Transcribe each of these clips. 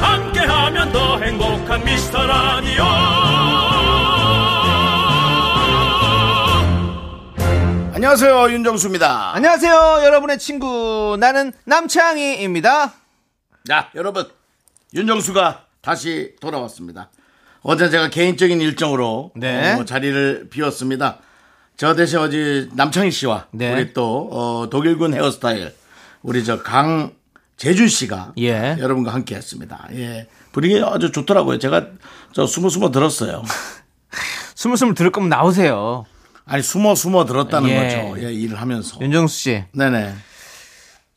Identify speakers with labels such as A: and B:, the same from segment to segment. A: 함께하면 더 행복한 미스터 라디오
B: 안녕하세요 윤정수입니다.
C: 안녕하세요, 여러분의 친구. 나는 남창희입니다.
B: 자 여러분 윤정수가 다시 돌아왔습니다. 어제 제가 개인적인 일정으로
C: 네.
B: 어, 자리를 비웠습니다. 저 대신 어제 남창희 씨와
C: 네.
B: 우리 또 어, 독일군 헤어스타일 우리 저 강 재준 씨가
C: 예.
B: 여러분과 함께했습니다. 예. 분위기 아주 좋더라고요. 제가 저 숨어 숨어 들었어요.
C: 스물스물 들을 거면 나오세요.
B: 아니 숨어 숨어 들었다는
C: 예.
B: 거죠. 예, 일을 하면서.
C: 윤정수 씨.
B: 네네.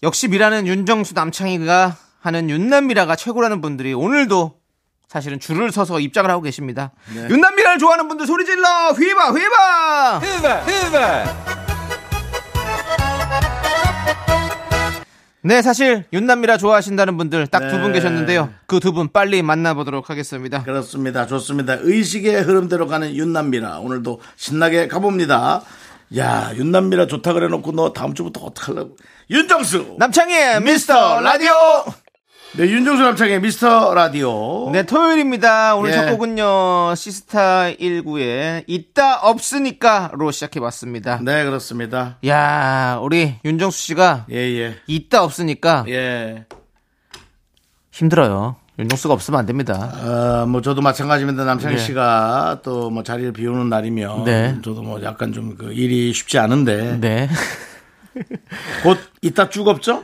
C: 역시 미라는 윤정수 남창희가 하는 윤남미라가 최고라는 분들이 오늘도 사실은 줄을 서서 입장을 하고 계십니다. 윤남미라를 좋아하는 분들 소리 질러! 휘바, 휘바! 네, 사실 윤남미라 좋아하신다는 분들 딱 두 분
B: 네.
C: 계셨는데요. 그 두 분 빨리 만나보도록 하겠습니다.
B: 그렇습니다. 좋습니다. 의식의 흐름대로 가는 윤남미라. 오늘도 신나게 가봅니다. 야, 윤남미라 좋다 그래 놓고 너 다음 주부터 어떡하려고. 윤정수!
C: 남창희의 미스터 라디오!
B: 네, 윤정수 남창의 미스터 라디오.
C: 네, 토요일입니다. 오늘
B: 예.
C: 첫 곡은요, 시스타 19의 있다 없으니까로 시작해봤습니다.
B: 네, 그렇습니다.
C: 야 우리 윤정수 씨가
B: 예, 예.
C: 있다 없으니까
B: 예.
C: 힘들어요. 윤정수가 없으면 안 됩니다.
B: 어, 뭐 저도 마찬가지입니다. 남창희
C: 네.
B: 씨가 또 뭐 자리를 비우는 날이면
C: 네.
B: 저도 뭐 약간 좀 그 일이 쉽지 않은데
C: 네.
B: 곧 이따 쭉 없죠?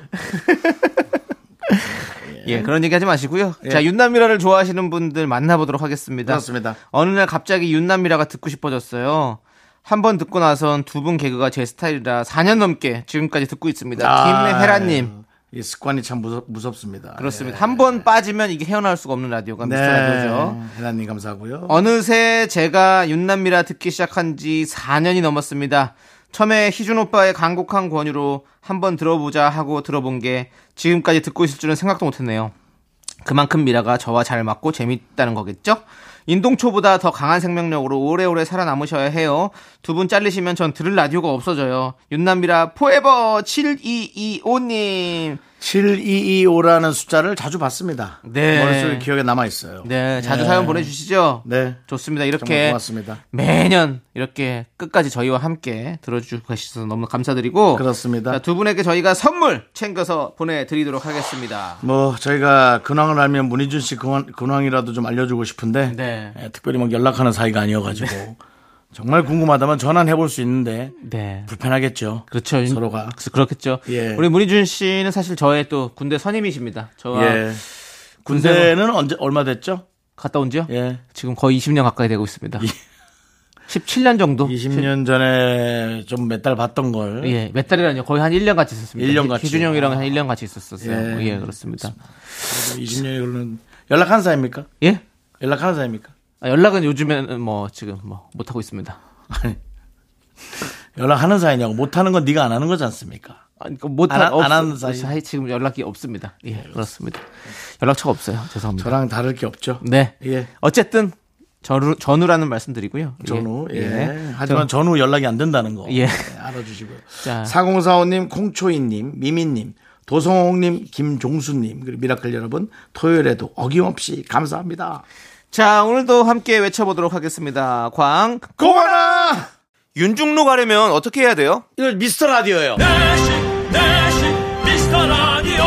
C: 예, 그런 얘기 하지 마시고요.
B: 예.
C: 자, 윤남미라를 좋아하시는 분들 만나보도록 하겠습니다.
B: 그렇습니다.
C: 어느 날 갑자기 윤남미라가 듣고 싶어졌어요. 한 번 듣고 나선 두 분 개그가 제 스타일이라 4년 넘게 지금까지 듣고 있습니다.
B: 아,
C: 김혜라님.
B: 예. 이 습관이 참 무섭, 무섭습니다. 예.
C: 그렇습니다. 한 번 빠지면 이게 헤어나올 수가 없는 라디오가
B: 네.
C: 미스터 라디오죠.
B: 혜라님 감사하고요.
C: 어느새 제가 윤남미라 듣기 시작한 지 4년이 넘었습니다. 처음에 희준 오빠의 간곡한 권유로 한번 들어보자 하고 들어본 게 지금까지 듣고 있을 줄은 생각도 못했네요. 그만큼 미라가 저와 잘 맞고 재밌다는 거겠죠? 인동초보다 더 강한 생명력으로 오래오래 살아남으셔야 해요. 두 분 잘리시면 전 들을 라디오가 없어져요. 윤남미라 포에버 7225님.
B: 7225라는 숫자를 자주 봤습니다.
C: 네.
B: 머릿속에 기억에 남아 있어요.
C: 네, 자주 사연 보내주시죠.
B: 네.
C: 좋습니다.
B: 정말
C: 이렇게
B: 고맙습니다.
C: 매년 이렇게 끝까지 저희와 함께 들어주고 계셔서 너무 감사드리고
B: 그렇습니다.
C: 자, 두 분에게 저희가 선물 챙겨서 보내드리도록 하겠습니다.
B: 뭐 저희가 근황을 알면 문희준 씨 근황, 근황이라도 좀 알려주고 싶은데
C: 네.
B: 예, 특별히 막 연락하는 사이가 아니어가지고 정말 궁금하다면 전화는 해볼 수 있는데
C: 네.
B: 불편하겠죠.
C: 그렇죠. 윤-
B: 서로가.
C: 그- 그렇겠죠.
B: 예.
C: 우리 문희준 씨는 사실 저의 또 군대 선임이십니다. 저와
B: 예. 군대는 언제 얼마 됐죠?
C: 갔다 온 지요?
B: 예.
C: 지금 거의 20년 가까이 되고 있습니다. 17년 정도?
B: 20년 전에 좀 몇 달 봤던 걸
C: 예, 몇 달이라뇨. 거의 한 1년 같이 있었습니다.
B: 1년 같이. 아.
C: 기준 형이랑 한 1년 같이 있었었어요.
B: 예.
C: 예 그렇습니다.
B: 20년이 걸린 연락한 사이입니까?
C: 예?
B: 연락하는 사이입니까?
C: 아, 연락은 요즘에는 뭐 지금 뭐 못하고 있습니다.
B: 연락하는 사이냐고 못하는 건 네가 안 하는 거지 않습니까?
C: 아니, 그 못한
B: 안 하- 안 하는 사이?
C: 사이 지금 연락이 없습니다. 예, 그렇습니다. 연락처가 없어요. 죄송합니다.
B: 저랑 다를 게 없죠.
C: 네.
B: 예.
C: 어쨌든 전우 전우라는 말씀드리고요. 예.
B: 전후. 예.
C: 예.
B: 하지만 전... 후 연락이 안 된다는 거.
C: 예.
B: 예, 알아주시고요.
C: 자.
B: 4045님, 콩초이님, 미미님, 도성홍님, 김종수님, 그리고 미라클 여러분, 토요일에도 어김없이 감사합니다.
C: 자, 오늘도 함께 외쳐보도록 하겠습니다. 광
B: 고마라!
C: 윤중로 가려면 어떻게 해야 돼요?
B: 이거 미스터 라디오예요
A: 내식 내식 미스터 라디오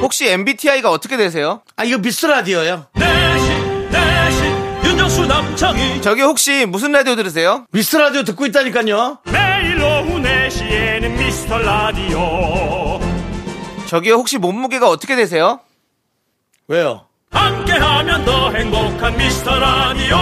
C: 혹시 MBTI가 어떻게 되세요?
B: 아, 이거 미스터 라디오예요
A: 내식 내식 윤정수 남창희
C: 저기 혹시 무슨 라디오 들으세요?
B: 미스터 라디오 듣고 있다니까요.
D: 매일 오후 4시에는 미스터 라디오
C: 저기 혹시 몸무게가 어떻게 되세요?
B: 왜요?
A: 함께하면 더 행복한 미스터 라디오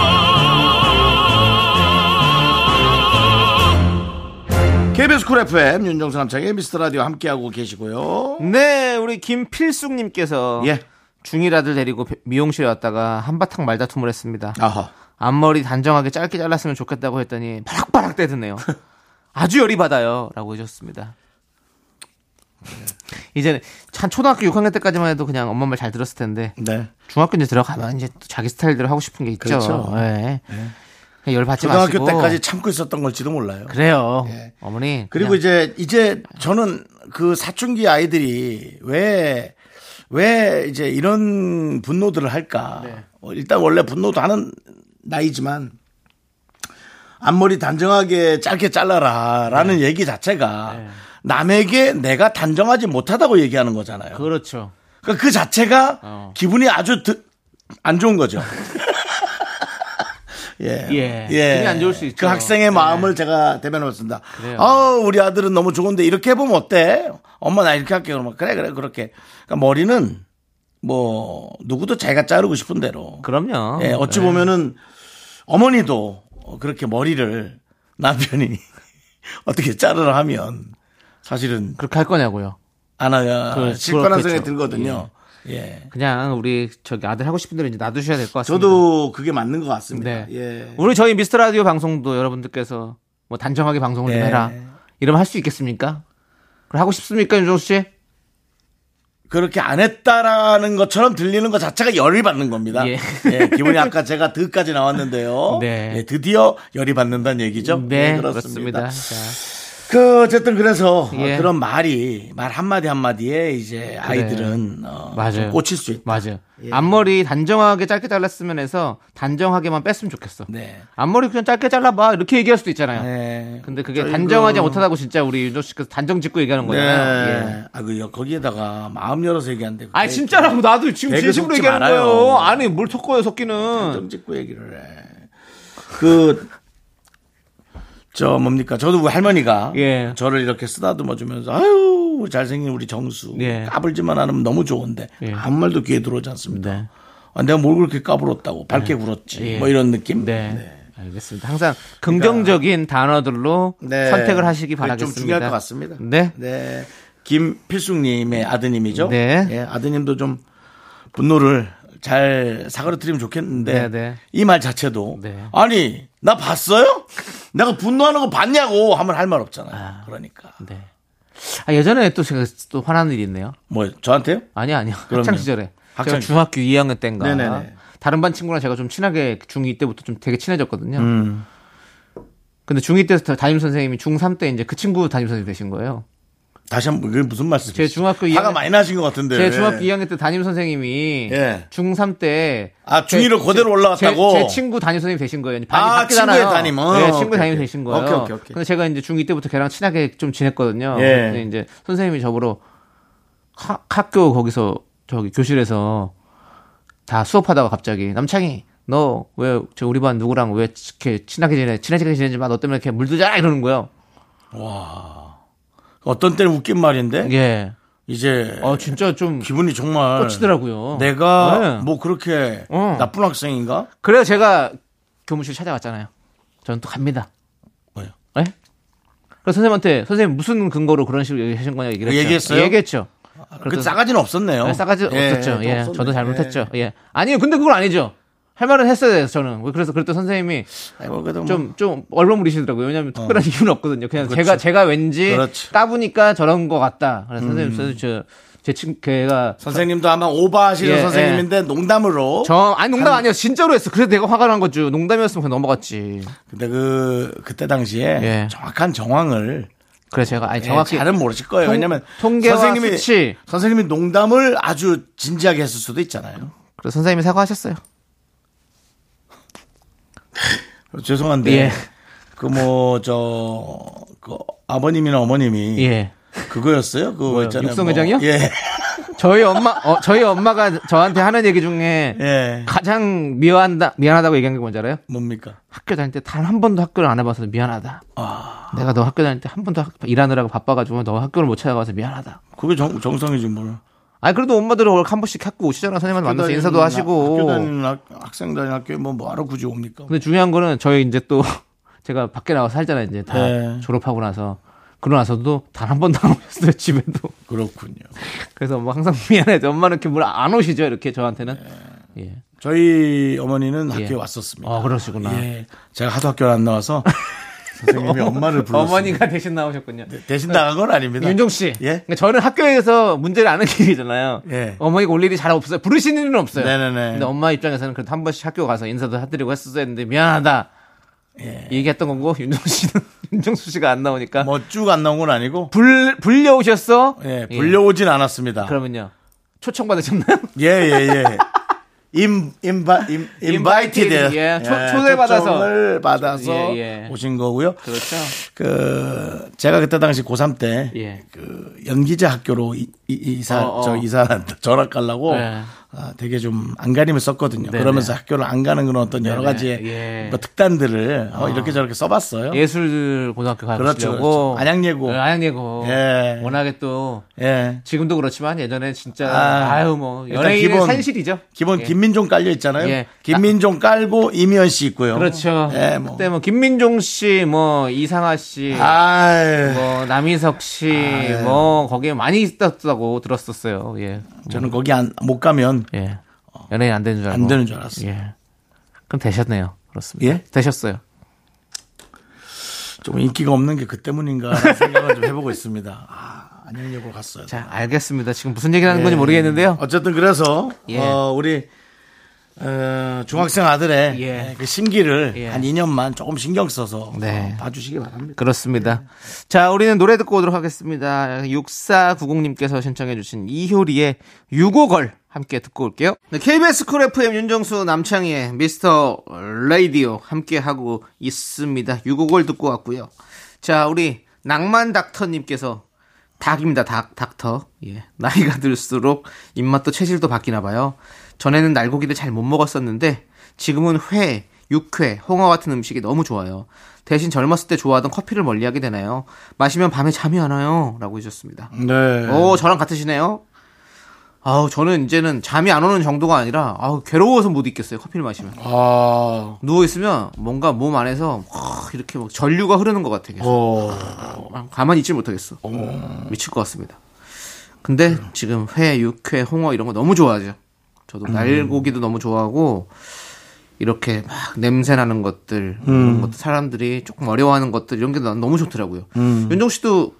B: KBS 쿨 FM, 음. 윤정수 남창의 미스터 라디오 함께하고 계시고요.
C: 네, 우리 김필숙님께서
B: 예.
C: 중1 아들 데리고 배- 미용실에 왔다가 한바탕 말다툼을 했습니다.
B: 아하.
C: 앞머리 단정하게 짧게 잘랐으면 좋겠다고 했더니 바락바락 떼드네요. 아주 열이 받아요. 라고 해줬습니다. 네. 이제는 한 초등학교 6학년 때까지만 해도 그냥 엄마 말 잘 들었을 텐데
B: 네.
C: 중학교 이제 들어가면 이제 또 자기 스타일대로 하고 싶은 게 있죠.
B: 그렇죠.
C: 예. 그냥 열 받지
B: 초등학교
C: 마시고.
B: 때까지 참고 있었던 걸지도 몰라요.
C: 그래요. 어머니.
B: 그리고
C: 그냥
B: 이제 이제 저는 그 사춘기 아이들이 왜 왜 이제 이런 분노들을 할까?
C: 네.
B: 어, 일단 원래 분노도 하는 나이지만 앞머리 단정하게 짧게
C: 네.
B: 잘라라라는 얘기 자체가 남에게 내가 단정하지 못하다고 얘기하는 거잖아요. 그,
C: 그렇죠.
B: 러니까그 자체가
C: 어.
B: 기분이 아주 드- 안 좋은 거죠. 예.
C: 예. 기분이 안 좋을 수 있죠. 네.
B: 그 학생의 마음을 제가 대변해봤습니다.
C: 그래요.
B: 어, 우리 아들은 너무 좋은데 이렇게 해보면 어때? 엄마 나 이렇게 할게. 그러면 그래, 그래, 그렇게. 그러니까 머리는 뭐, 누구도 자기가 자르고 싶은 대로.
C: 그럼요. 네.
B: 예, 어찌 보면은 어머니도 그렇게 머리를 남편이 어떻게 자르라 하면 사실은
C: 그렇게 할 거냐고요.
B: 안 하야
C: 그-
B: 실관한
C: 그렇겠죠.
B: 생각이 들거든요. 예.
C: 그냥 우리 저기 아들 하고 싶은 대로 이제 놔두셔야 될 것 같습니다.
B: 저도 그게 맞는 것 같습니다.
C: 네.
B: 예.
C: 우리 저희 미스터 라디오 방송도 여러분들께서 뭐 단정하게 방송을 좀
B: 네.
C: 해라. 이러면 할 수 있겠습니까? 그럼 하고 싶습니까, 윤종수 씨?
B: 그렇게 안 했다라는 것처럼 들리는 것 자체가 열이 받는 겁니다.
C: 예.
B: 예. 기분이 아까 제가 드까지 나왔는데요.
C: 네.
B: 예, 드디어 열이 받는다는 얘기죠. 예,
C: 자,
B: 그 어쨌든 그래서
C: 예. 네.
B: 어, 그런 말이 말 한마디 한마디에 이제 아이들은 어,
C: 맞아요.
B: 좀 꽂힐 수 있다.
C: 맞아요.
B: 예.
C: 앞머리 단정하게 짧게 잘랐으면 해서 단정하게만 뺐으면 좋겠어.
B: 네.
C: 앞머리 그냥 짧게 잘라봐. 이렇게 얘기할 수도 있잖아요.
B: 네.
C: 근데 그게 단정하지 못하다고 진짜 우리 윤종수 씨께서 단정 짓고 얘기하는
B: 네.
C: 거잖아요. 예.
B: 아, 그, 거기에다가 마음 열어서 얘기한대.
C: 아니 진짜라고 나도 지금
B: 네, 배그
C: 진심으로
B: 섞지
C: 얘기하는
B: 말아요.
C: 거예요. 아니 뭘 섞어요 섞기는.
B: 정 짓고 얘기를 해. 그, 저 뭡니까? 저도 우리 할머니가
C: 예.
B: 저를 이렇게 쓰다듬어 주면서 아유 잘생긴 우리 정수
C: 예.
B: 까불지만 않으면 너무 좋은데
C: 예.
B: 아무 말도 귀에 들어오지 않습니다.
C: 네.
B: 아, 내가 뭘 그렇게 까불었다고 밝게 굴었지
C: 예.
B: 뭐 이런 느낌.
C: 네. 알겠습니다. 항상 긍정적인 단어들로
B: 그러니까 네.
C: 선택을 하시기
B: 그게
C: 바라겠습니다.
B: 좀 중요할 것 같습니다.
C: 네.
B: 네. 김필숙님의 아드님이죠.
C: 네.
B: 예, 아드님도 좀 분노를 잘 사그러뜨리면 좋겠는데
C: 네, 네.
B: 이 말 자체도
C: 네.
B: 아니 나 봤어요? 내가 분노하는 거 봤냐고 하면 할 말 없잖아요. 그러니까
C: 네. 아, 예전에 또 제가 또 화난 일이 있네요.
B: 뭐 저한테요?
C: 아니 아니요.
B: 그럼요.
C: 학창 시절에 제가
B: 학창 시절.
C: 중학교 2학년 때인가
B: 네네네.
C: 다른 반 친구랑 제가 좀 친하게 중2 때부터 좀 되게 친해졌거든요.
B: 음.
C: 근데 중2 때서 담임 선생님이 중3 때 이제 그 친구 담임 선생님 되신 거예요.
B: 다시 한번 그게 무슨 말씀이세요?
C: 제 중학교
B: 화가
C: 2학년
B: 많이 나신 것 같은데.
C: 제 중학교 2학년 때 담임 선생님이
B: 네. 예.
C: 중3 때
B: 아, 중2로
C: 제-
B: 그대로
C: 제-
B: 올라갔다고?
C: 제, 친구 담임 선생님 되신 거예요. 반이
B: 아,
C: 바뀌잖아요.
B: 친구의 담임. 어,
C: 네, 친구
B: 오케이,
C: 담임
B: 오케이.
C: 되신 거예요.
B: 오케이, 오케이, 오케이.
C: 근데 제가 이제 중2 때부터 걔랑 친하게 좀 지냈거든요.
B: 예.
C: 근데 이제 선생님이 저보러 하- 학교 거기서 저기 교실에서 다 수업하다가 갑자기 남창이 너 왜 저 우리 반 누구랑 왜 이렇게 친하게 지내 친하게 지내지 마 너 때문에 이렇게 물들잖아 이러는 거예요.
B: 어떤 때는 웃긴 말인데
C: 예.
B: 이제
C: 어 진짜 좀
B: 기분이 정말
C: 꽂히더라고요.
B: 내가
C: 네.
B: 뭐 그렇게
C: 어.
B: 나쁜 학생인가?
C: 그래서 제가 교무실 찾아갔잖아요. 저는 또 갑니다.
B: 뭐요?
C: 예? 그래서 선생님한테 선생님 무슨 근거로 그런 식으로 얘기하신 거냐 얘기를 했죠.
B: 얘기했어요?
C: 얘기했죠.
B: 그 싸가지는 없었네요.
C: 아, 네, 싸가지
B: 예,
C: 없었죠.
B: 또
C: 예,
B: 없었네.
C: 저도 잘못했죠. 예. 아니요, 근데 그건 아니죠. 할 말은 했어야 돼요, 저는. 그래서 그랬더니 선생님이
B: 예. 아이고, 그래도 뭐.
C: 좀, 좀 얼버무리시더라고요. 왜냐면 하 특별한 이유는 없거든요. 그냥 제가, 제가 왠지
B: 어. 그렇죠. 음.
C: 까보니까 저런 것 같다. 그래서 선생님, 선생님, 저, 제 친, 걔가.
B: 뭐 선생님도 아마 오바하시는
C: 예,
B: 선생님인데 농담으로.
C: 저, 아니, 농담 아니야. 진짜로 했어. 그래서 내가 화가 난 거죠. 농담이었으면 그냥 넘어갔지.
B: 근데 그 그때 당시에
C: 예.
B: 정확한 정황을
C: 그래서 제가, 아니,
B: 예,
C: 정확히.
B: 잘은 모르실 거예요.
C: 통-
B: 왜냐면
C: 통계와
B: 선생님이
C: 수치.
B: 선생님이 농담을 아주 진지하게 했을 수도 있잖아요.
C: 그래서 선생님이 사과하셨어요.
B: 죄송한데
C: 예.
B: 그 뭐 저 그 아버님이나 어머님이
C: 예.
B: 그거였어요. 그거 있잖아요.
C: 육성
B: 뭐.
C: 회장이요?
B: 예.
C: 저희 엄마, 어, 저희 엄마가 저한테 하는 얘기 중에
B: 예.
C: 가장 미안하다, 미안하다고 얘기한 게 뭔지 알아요?
B: 뭡니까?
C: 학교 다닐 때 단 한 번도 학교를 안 해봐서 미안하다.
B: 아.
C: 내가 너 학교 다닐 때 한 번도 학- 일하느라고 바빠가지고 너 학교를 못 찾아가서 미안하다.
B: 그게 정, 정상이지 뭘.
C: 아니, 그래도 엄마들은 월한 번씩 학교 오시잖아. 선생님한테 만나서 인사도 하시고.
B: 학교 다니는 학, 학생 다니는 학교에 뭐 뭐하러 굳이 옵니까?
C: 근데 중요한 거는 저희 이제 또 제가 밖에 나가서 살잖아요. 이제 다
B: 네.
C: 졸업하고 나서. 그러고 나서도 단 한 번도 안 오셨어요 집에도.
B: 그렇군요.
C: 그래서 뭐 항상 미안해. 엄마는 이렇게 물 안 오시죠 이렇게 저한테는.
B: 네,
C: 예.
B: 저희 어머니는 학교에
C: 예.
B: 왔었습니다.
C: 아 그러시구나.
B: 예. 제가 하도 학교를 안 나와서 선생님이 엄마를 불렀어요.
C: 어머니가 대신 나오셨군요.
B: 대신 나간 건 아닙니다.
C: 윤종 씨.
B: 예?
C: 그러니까 저는 학교에서 문제를 아는 길이잖아요.
B: 예.
C: 어머니가 올 일이 잘 없어요. 부르시는 일은 없어요.
B: 네네네.
C: 근데 엄마 입장에서는 그래도 한 번씩 학교 가서 인사도 해드리고 했었어야 했는데 미안하다. 얘기했던 거고 윤종 씨는 윤종수 씨가 안 나오니까
B: 예. 뭐 쭉 안 나온 건 아니고
C: 불 불려오셨어?
B: 예, 불려오진 않았습니다.
C: 그러면요. 초청 받으셨나요?
B: 예, 예, 예. 임, 임바, 임,
C: 인바이티드.
B: 인바이티드.
C: 예, 초- 초대받아서.
B: 초청을 받아서
C: 예, 예.
B: 오신 거고요.
C: 그렇죠.
B: 그, 제가 그때 당시 고3 때,
C: 예.
B: 그, 연기자 학교로 이, 이, 이사,
C: 어, 어.
B: 저 이사를 전학 가려고
C: 네.
B: 아, 되게 좀 안간힘을 썼거든요.
C: 네네.
B: 그러면서 학교를 안 가는 그런 어떤 여러
C: 네네.
B: 가지의
C: 예. 아.
B: 뭐 특단들을 어, 이렇게 저렇게 써봤어요.
C: 예술 고등학교 가시려고
B: 그렇죠, 그렇죠. 안양예고.
C: 예, 안양예고.
B: 예.
C: 워낙에 또
B: 예.
C: 지금도 그렇지만 예전에 진짜
B: 아,
C: 아, 유뭐
B: 일단
C: 연예인의
B: 기본-
C: 산실이죠.
B: 기본
C: 예.
B: 김민종 깔려 있잖아요.
C: 예.
B: 김민종 깔고 이미연 씨 있고요.
C: 그렇죠.
B: 예, 뭐.
C: 그때 뭐 김민종 씨, 뭐 이상아 씨,
B: 아유. 아, 예.
C: 뭐 남희석 씨, 뭐 거기에 많이 있었다고 들었었어요. 예,
B: 저는 거기 안, 못 가면
C: 예. 연예인 안 되는 줄 알고.
B: 안 되는 줄 알았어요.
C: 예. 그럼 되셨네요. 그렇습니다.
B: 예?
C: 되셨어요.
B: 좀 인기가 없는 게 그 때문인가 라는 생각을 좀 해보고 있습니다. 아, 안양역으로 갔어요.
C: 자, 알겠습니다. 지금 무슨 얘기를 하는
B: 예.
C: 건지 모르겠는데요.
B: 어쨌든 그래서
C: 예.
B: 어, 우리 어, 중학생 아들의
C: 예.
B: 그 심기를
C: 예.
B: 한 2년만 조금 신경 써서
C: 네.
B: 어, 봐주시기 바랍니다. 네.
C: 그렇습니다. 자, 우리는 노래 듣고 오도록 하겠습니다. 6490님께서 신청해주신 이효리의 유고걸 함께 듣고 올게요. 네, KBS 쿨 FM 윤정수 남창희의 미스터 라디오 함께하고 있습니다. 유고걸 듣고 왔고요. 자, 우리 낭만 닥터님께서 닭입니다. 닭, 닥터. 예. 나이가 들수록 입맛도 체질도 바뀌나 봐요. 전에는 날고기를 잘 못 먹었었는데 지금은 회, 육회, 홍어 같은 음식이 너무 좋아요. 대신 젊었을 때 좋아하던 커피를 멀리하게 되나요? 마시면 밤에 잠이 안 와요. 라고 해주셨습니다.
B: 네.
C: 오, 저랑 같으시네요. 아우, 저는 이제는 잠이 안 오는 정도가 아니라 아우, 괴로워서 못 있겠어요. 커피를 마시면.
B: 아,
C: 누워 있으면 뭔가 몸 안에서 확 이렇게 막 전류가 흐르는 것 같아요. 계속.
B: 어,
C: 막 아, 가만히 있질 못하겠어. 미칠 것 같습니다. 근데 지금 회, 육회, 홍어 이런 거 너무 좋아하죠. 저도
B: 음.
C: 날고기도 너무 좋아하고 이렇게 막 냄새 나는 것들
B: 음.
C: 이런 것들 사람들이 조금 어려워하는 것들 이런 게 난 너무 좋더라고요.
B: 음.
C: 윤종 씨도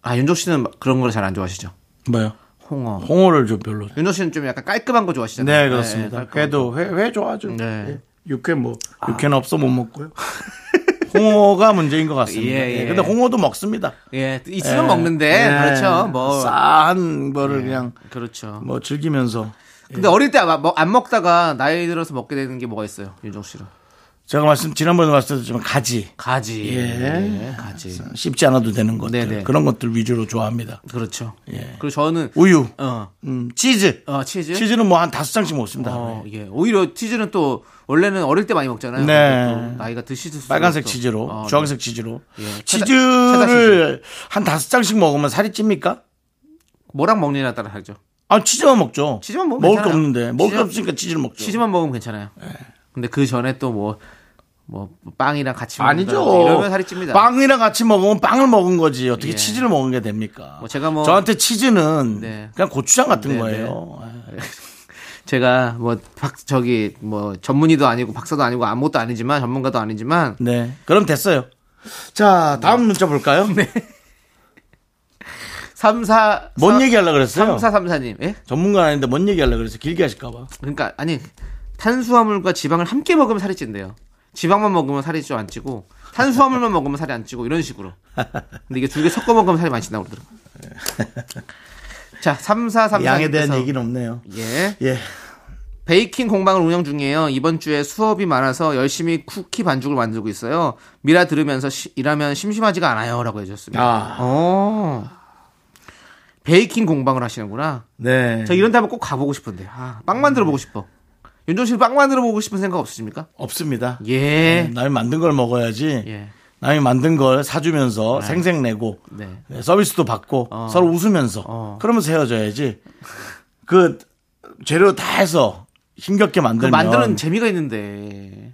C: 아 윤종 씨는 막 그런 걸 잘 안 좋아하시죠?
B: 뭐요?
C: 홍어.
B: 홍어를 좀 별로.
C: 윤종 씨는 좀 약간 깔끔한 거 좋아하시잖아요.
B: 네, 그렇습니다.
C: 깔끔한 거.
B: 그래도 회, 회 좋아하죠.
C: 네. 아.
B: 예. 육회 뭐, 육회는 없어 못 먹고요. 홍어가 문제인 것 같습니다.
C: 예, 예.
B: 예, 근데 홍어도 먹습니다.
C: 예, 있으면 먹는데 그렇죠. 뭐
B: 네. 싸한 거를 그냥
C: 그렇죠.
B: 뭐 즐기면서
C: 근데 어릴 때뭐 안 먹다가 나이 들어서 먹게 되는 게 뭐가 있어요, 윤종 씨는?
B: 제가 말씀 지난번에 말씀드렸지만 가지
C: 가지. 예, 가지.
B: 씹지 않아도 되는 것들
C: 네네.
B: 그런 것들 위주로 좋아합니다.
C: 그렇죠.
B: 예.
C: 그리고 저는
B: 우유,
C: 어,
B: 음, 치즈,
C: 어 치즈.
B: 치즈는 뭐 한 다섯 장씩 먹습니다.
C: 어, 예. 오히려 치즈는 또 원래는 어릴 때 많이 먹잖아요.
B: 네.
C: 근데 또 나이가 드시듯
B: 빨간색 치즈로,
C: 어,
B: 주황색 치즈로.
C: 예. 체다-
B: 치즈를 한 다섯 장씩 먹으면 살이 찝니까?
C: 네. 뭐랑 먹느냐에 따라 다르죠.
B: 아 치즈만 먹죠.
C: 치즈만 먹으면
B: 먹을 게
C: 괜찮아요.
B: 없는데 먹을 게
C: 치즈-
B: 없으니까 치즈를 먹죠.
C: 치즈만 먹으면 괜찮아요.
B: 네.
C: 근데 그 전에 또 뭐 뭐 빵이랑 같이
B: 아니죠.
C: 먹는다든지 이러면 살이 찝니다.
B: 빵이랑 같이 먹으면 빵을 먹은 거지. 어떻게
C: 예.
B: 치즈를 먹은 게 됩니까?
C: 뭐 제가 뭐-
B: 저한테 치즈는
C: 네.
B: 그냥 고추장 같은
C: 네,
B: 거예요.
C: 제가 뭐 박 저기 뭐 전문의도 아니고 박사도 아니고 아무것도 아니지만 전문가도 아니지만
B: 네. 그럼 됐어요. 자, 다음
C: 네.
B: 문자 볼까요?
C: 삼사
B: 뭔
C: 사-
B: 얘기하려고 그랬어요?
C: 삼사삼사님. 예?
B: 전문가 아닌데 뭔 얘기하려고 그랬어요? 길게 하실까봐.
C: 그러니까 아니 탄수화물과 지방을 함께 먹으면 살이 찐대요. 지방만 먹으면 살이 좀 안 찌고 탄수화물만 먹으면 살이 안 찌고 이런 식으로. 근데 이게 두 개 섞어 먹으면 살이 많이 찐다고 그러더라고. 요 자, 3434
B: 예. 양에 대한 얘기는 없네요.
C: 예.
B: 예.
C: 베이킹 공방을 운영 중이에요. 이번 주에 수업이 많아서 열심히 쿠키 반죽을 만들고 있어요. 미라 들으면서 시- 일하면 심심하지가 않아요라고 해 주셨습니다.
B: 아.
C: 어. 베이킹 공방을 하시는구나.
B: 네.
C: 저 이런 데 한번 꼭 가보고 싶은데. 아, 빵 만들어 보고 싶어. 윤종 씨는 빵 만들어 보고 싶은 생각 없으십니까?
B: 없습니다.
C: 예.
B: 남이 만든 걸 먹어야지.
C: 예.
B: 남이 만든 걸 사주면서 생색내고
C: 네.
B: 네, 서비스도 받고 서로 웃으면서
C: 어.
B: 그러면서 헤어져야지. 그 재료 다 해서 힘겹게
C: 그
B: 만들면
C: 만드는 재미가 있는데.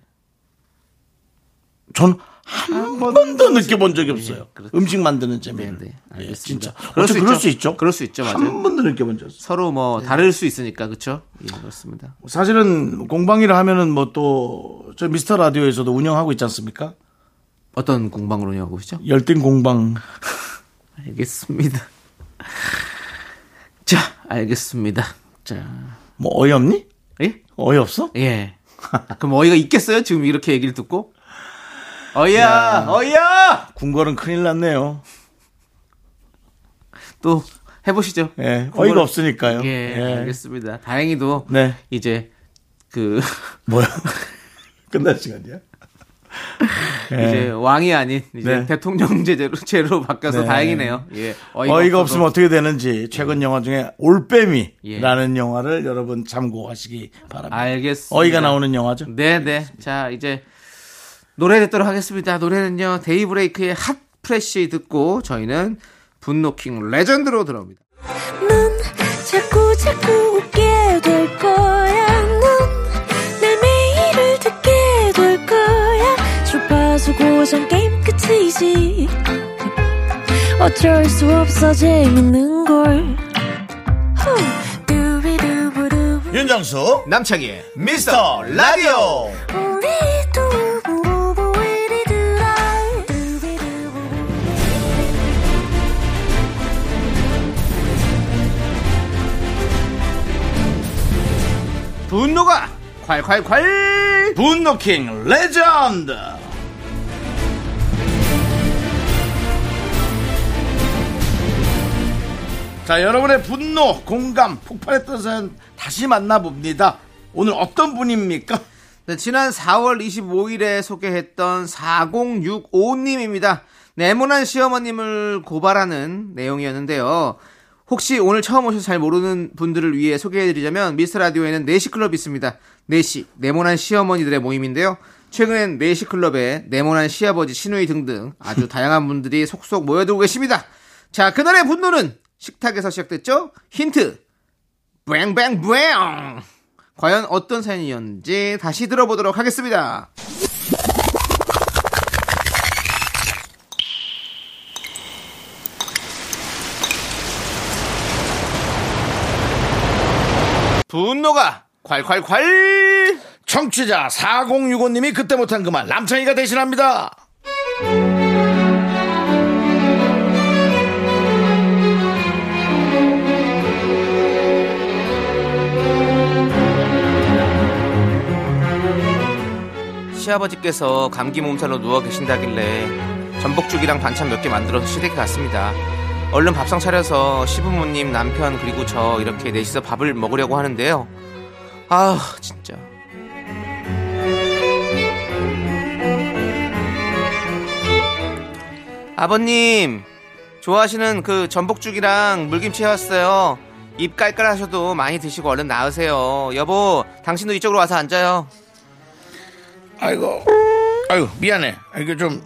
B: 전 한 번도 느껴본 적이 없어요. 음식 만드는 재미를.
C: 예, 그렇죠. 네, 네.
B: 예,
C: 알겠습니다.
B: 진짜. 어떻게 그럴 수 있죠?
C: 그럴 수 있죠, 맞아요.
B: 한 번도 느껴본 적 없어요.
C: 서로 뭐
B: 네.
C: 다를 수 있으니까 그렇죠. 예, 그렇습니다.
B: 사실은 공방이라 하면은 뭐 또 저 미스터 라디오에서도 운영하고 있지 않습니까?
C: 어떤 공방으로 하고 있죠?
B: 열띤 공방.
C: 알겠습니다. 자, 알겠습니다. 자,
B: 뭐 어이없니?
C: 예,
B: 어이없어?
C: 예. 그럼 어이가 있겠어요? 지금 이렇게 얘기를 듣고? 아, 어이야, 어이야!
B: 궁궐은 큰일 났네요.
C: 또 해보시죠.
B: 예,
C: 그걸-
B: 어이가 없으니까요.
C: 예,
B: 예.
C: 알겠습니다. 다행히도
B: 네.
C: 이제 그
B: 뭐야? 끝날 시간이야?
C: 이제 왕이 아닌 이제
B: 예. 네.
C: 대통령 제재로 제로 바뀌어서
B: 네.
C: 다행이네요. 예,
B: 어이가, 없으면
C: 없어도.
B: 어떻게 되는지 최근
C: 예.
B: 영화 중에 올빼미라는 영화를 여러분 참고하시기 바랍니다.
C: 알겠습니다.
B: 어이가 나오는 영화죠.
C: 네, 네. 자, 이제 노래 듣도록 하겠습니다. 노래는요. 데이브레이크의 핫 프레쉬 듣고 저희는 분노킹 레전드로 들어옵니다.
E: 넌 자꾸 자꾸 웃게 될 거야. 넌내 매일을 듣게 될 거야. 주파수 고정 게임 끝이지. 어쩔 수 없어 재밌는 걸. 후. 두비두부두부.
F: 윤정수
C: 남창희의
F: 미스터 라디오
E: 우리 두부부부 우리 두라. 두비두부부.
C: 분노가 콸콸콸!
B: 분노킹 레전드. 자, 여러분의 분노, 공감, 폭발했던 사연 다시 만나봅니다. 오늘 어떤 분입니까?
C: 네, 지난 4월 25일에 소개했던 4065님입니다. 네모난 시어머님을 고발하는 내용이었는데요. 혹시 오늘 처음 오셔서 잘 모르는 분들을 위해 소개해드리자면 미스터라디오에는 4시 클럽이 있습니다. 4시 네모난 시어머니들의 모임인데요. 최근엔 4시 클럽에 네모난 시아버지, 시누이 등등 아주 다양한 분들이 속속 모여들고 계십니다. 자, 그날의 분노는 식탁에서 시작됐죠? 힌트! 뱅뱅뱅! 과연 어떤 사연이었는지 다시 들어보도록 하겠습니다. 분노가 콸콸콸!
B: 청취자 4065님이 그때 못한 그 말 남창희가 대신합니다.
C: 시아버지께서 감기 몸살로 누워 계신다길래 전복죽이랑 반찬 몇 개 만들어서 시댁에 갔습니다. 얼른 밥상 차려서 시부모님, 남편 그리고 저 이렇게 넷이서 밥을 먹으려고 하는데요. 아 진짜 아버님 좋아하시는 그 전복죽이랑 물김치 해왔어요. 입 깔깔하셔도 많이 드시고 얼른 나으세요. 여보 당신도 이쪽으로 와서 앉아요.
B: 아이고, 아이고, 미안해. 이게 좀,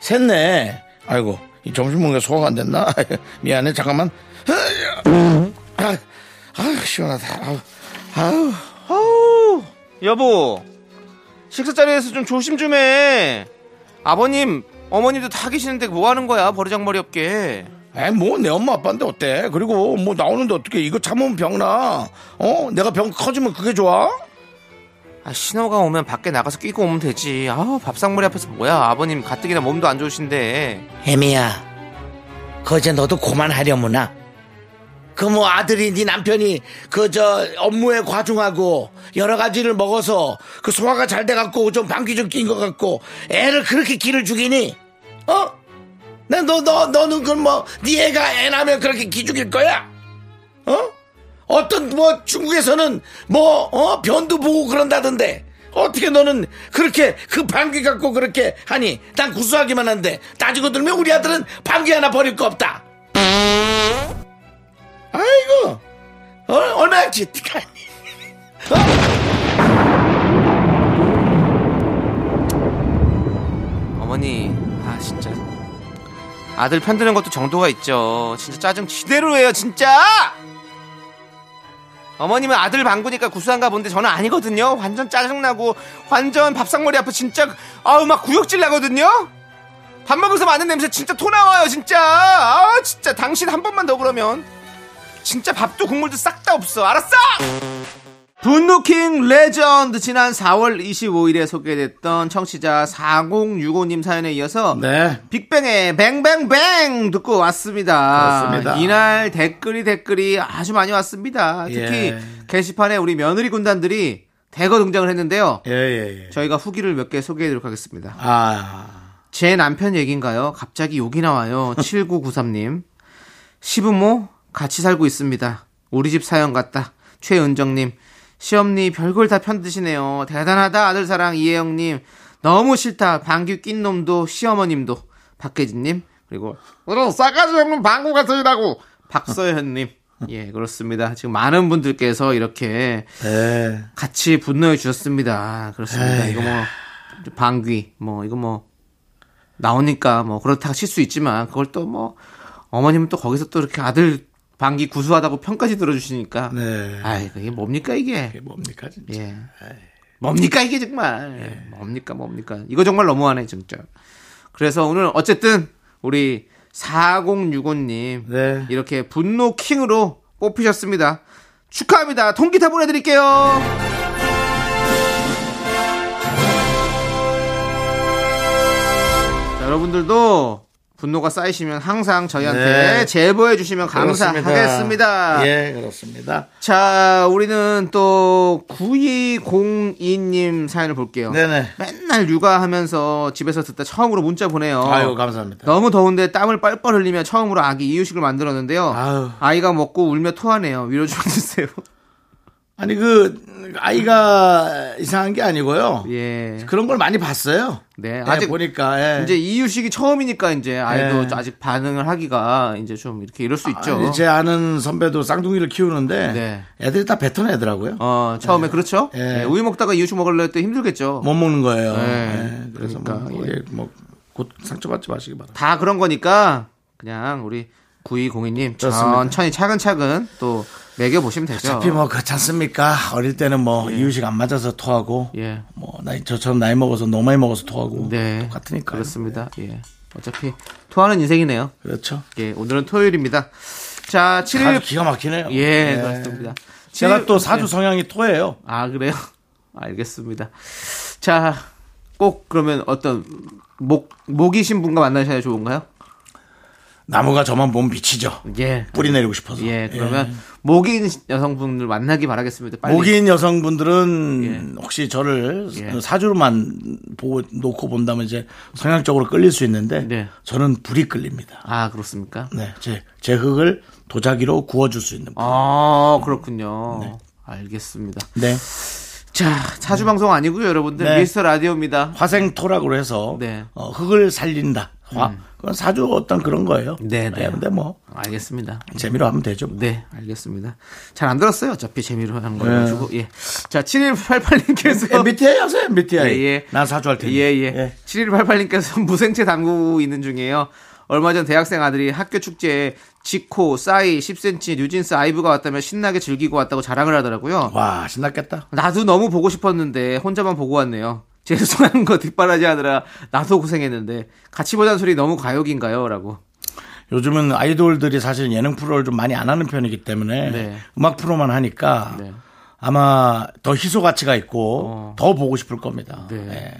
B: 샜네. 아이고, 이 점심 먹는 게 소화가 안 됐나? 미안해, 잠깐만. 아, 아 시원하다. 아우, 아우.
C: 아우, 여보. 식사 자리에서 좀 조심 좀 해. 아버님, 어머님도 다 계시는데 뭐 하는 거야? 버리장머리 없게.
B: 에이, 뭐, 내 엄마 아빠인데 어때? 그리고 뭐, 나오는데 어떻게, 이거 참으면 병나. 어? 내가 병 커지면 그게 좋아?
C: 아, 신호가 오면 밖에 나가서 끼고 오면 되지. 아, 밥상머리 앞에서 뭐야? 아버님 가뜩이나 몸도 안 좋으신데.
F: 혜미야 거제 너도 고만하려무나 그 뭐 아들이 네 남편이 그 저 업무에 과중하고 여러 가지를 먹어서 그 소화가 잘 돼갖고 좀 방귀 좀 낀 것 같고 애를 그렇게 기를 죽이니 어? 난 너 너 너는 그뭐네 애가 애 낳으면 그렇게 기 죽일 거야 어? 어떤 뭐 중국에서는 뭐 어? 변도 보고 그런다던데 어떻게 너는 그렇게 그 방귀 갖고 그렇게 하니 난 구수하기만 한데 따지고 들면 우리 아들은 방귀 하나 버릴 거 없다 아이고 어, 얼마나 짓득하니
C: 어머니, 아, 진짜. 아들 편드는 것도 정도가 있죠. 진짜 짜증 지대로 해요, 진짜! 어머님은 아들 방구니까 구수한가 본데 저는 아니거든요. 완전 짜증나고 완전 밥상머리 아프 진짜 아우 막 구역질 나거든요. 밥 먹어서 많은 냄새 진짜 토 나와요 진짜. 아 진짜 당신 한 번만 더 그러면 진짜 밥도 국물도 싹 다 없어. 알았어? 분노킹 레전드 지난 4월 25일에 소개됐던 청취자 4065님 사연에 이어서
B: 네.
C: 빅뱅의 뱅뱅뱅 듣고 왔습니다.
B: 그렇습니다.
C: 이날 댓글이 댓글이 아주 많이 왔습니다. 특히
B: 예.
C: 게시판에 우리 며느리 군단들이 대거 등장을 했는데요.
B: 예, 예, 예.
C: 저희가 후기를 몇 개 소개해드리도록 하겠습니다.
B: 아,
C: 제 남편 얘기인가요? 갑자기 욕이 나와요. 7993님. 시부모 같이 살고 있습니다. 우리 집 사연 같다. 최은정님. 시엄니 별걸 다 편드시네요. 대단하다 아들 사랑 이혜영님. 너무 싫다. 방귀 낀 놈도 시어머님도. 박혜진님 그리고 으로 싸가지 없는 방구 같으라고 박서현님. 예 그렇습니다. 지금 많은 분들께서 이렇게
F: 네,
B: 예.
C: 같이 분노해 주셨습니다. 그렇습니다. 이거 뭐 방귀 뭐 이거 뭐 나오니까 뭐 그렇다가 칠 수 있지만 그걸 또 뭐 어머님은 또 거기서 또 이렇게 아들 방귀 구수하다고 평까지 들어주시니까
B: 네.
C: 아이 이게 뭡니까 이게
B: 이게 뭡니까, 진짜.
C: 예 뭡니까 이게 정말 네, 예. 뭡니까 뭡니까 이거 정말 너무하네 진짜 그래서 오늘 어쨌든 우리 4065님
B: 네.
C: 이렇게 분노 킹으로 뽑히셨습니다. 축하합니다. 통기타 보내드릴게요. 자, 여러분들도 분노가 쌓이시면 항상 저희한테
B: 네.
C: 제보해 주시면 감사하겠습니다.
B: 예, 그렇습니다.
C: 자, 우리는 또 9202님 사연을 볼게요.
B: 네네.
C: 맨날 육아하면서 집에서 듣다 처음으로 문자 보내요.
B: 아유, 감사합니다.
C: 너무 더운데 땀을 뻘뻘 흘리며 처음으로 아기 이유식을
B: 아유.
C: 만들었는데요. 아이가 먹고 울며 토하네요. 위로 좀 해주세요.
B: 아니, 그, 아이가 이상한 게 아니고요.
C: 예.
B: 그런 걸 많이 봤어요.
C: 네,
B: 예,
C: 아직
B: 보니까, 예.
C: 이제 이유식이 처음이니까 이제 아이도
B: 예.
C: 좀 아직 반응을 하기가 이제 좀 이렇게 이럴 수 있죠.
B: 아니, 제 아는 선배도 쌍둥이를 키우는데
C: 네.
B: 애들이 다 뱉어내더라고요.
C: 어, 처음에 그렇죠?
B: 예.
C: 예, 우유 먹다가 이유식 먹으려 할때 힘들겠죠.
B: 못 먹는 거예요.
C: 네.
B: 예, 그래서 뭐,
C: 그러니까,
B: 예, 뭐, 곧 상처받지 마시기 바랍니다.
C: 다 그런 거니까 그냥 우리 9202님
B: 그렇습니다.
C: 천천히 차근차근 또 매겨 보시면 되죠.
B: 어차피 뭐 그렇지 않습니까? 어릴 때는 뭐 이유식 안 맞아서 토하고
C: 예.
B: 뭐 나이 저처럼 나이 먹어서 너무 많이 먹어서 토하고
C: 네.
B: 똑같으니까
C: 그렇습니다. 예. 어차피 토하는 인생이네요.
B: 그렇죠.
C: 예, 오늘은 토요일입니다. 자,
B: 아주
C: 7일
B: 기가 막히네요.
C: 예, 그렇습니다. 네.
B: 제가
C: 칠-
B: 또 사주 성향이 토예요.
C: 아, 그래요? 알겠습니다. 자, 꼭 그러면 어떤 목 목이신 분과 만나셔야 좋은가요?
B: 나무가 저만 보면 미치죠.
C: 예.
B: 뿌리 내리고 싶어서.
C: 예, 그러면 목인 여성분을 만나기 바라겠습니다. 빨리.
B: 목인 여성분들은 혹시 저를
C: 예.
B: 사주로만 보고 놓고 본다면 이제 성향적으로 끌릴 수 있는데
C: 네.
B: 저는 불이 끌립니다.
C: 아, 그렇습니까?
B: 네, 제, 제 흙을 도자기로 구워줄 수 있는 분.
C: 아, 그렇군요. 알겠습니다.
B: 네,
C: 자, 사주 방송 아니고요, 여러분들.
B: 네.
C: 미스터 라디오입니다.
B: 화생토락으로 해서
C: 네. 음.
B: 어, 흙을 살린다. 화, 그건 사주 어떤 그런 거예요.
C: 네, 네.
B: 근데 뭐
C: 알겠습니다.
B: 재미로 하면 되죠. 뭐.
C: 네, 알겠습니다. 잘 안 들었어요. 어차피 재미로 하는 거
B: 네.
C: 가지고. 예. 자, 7188님께서
B: MBTI 예, 하세요, MBTI.
C: 예, 예.
B: 네, 난 사주할 테니.
C: 예, 예. 7188님께서 무생채 담그고 있는 중이에요. 얼마 전 대학생 아들이 학교 축제에 지코, 싸이, 10cm, 뉴진스, 아이브가 왔다며 신나게 즐기고 왔다고 자랑을 하더라고요.
B: 와, 신났겠다.
C: 나도 너무 보고 싶었는데 혼자만 보고 왔네요. 죄송한 거 뒷바라지 하느라 나도 고생했는데 같이 보자는 소리 너무 과욕인가요? 라고.
B: 요즘은 아이돌들이 사실 예능 프로를 좀 많이 안 하는 편이기 때문에
C: 네.
B: 음악 프로만 하니까
C: 네. 어.
B: 아마 더 희소 가치가 있고 더 보고 싶을 겁니다.
C: 네.
B: 예.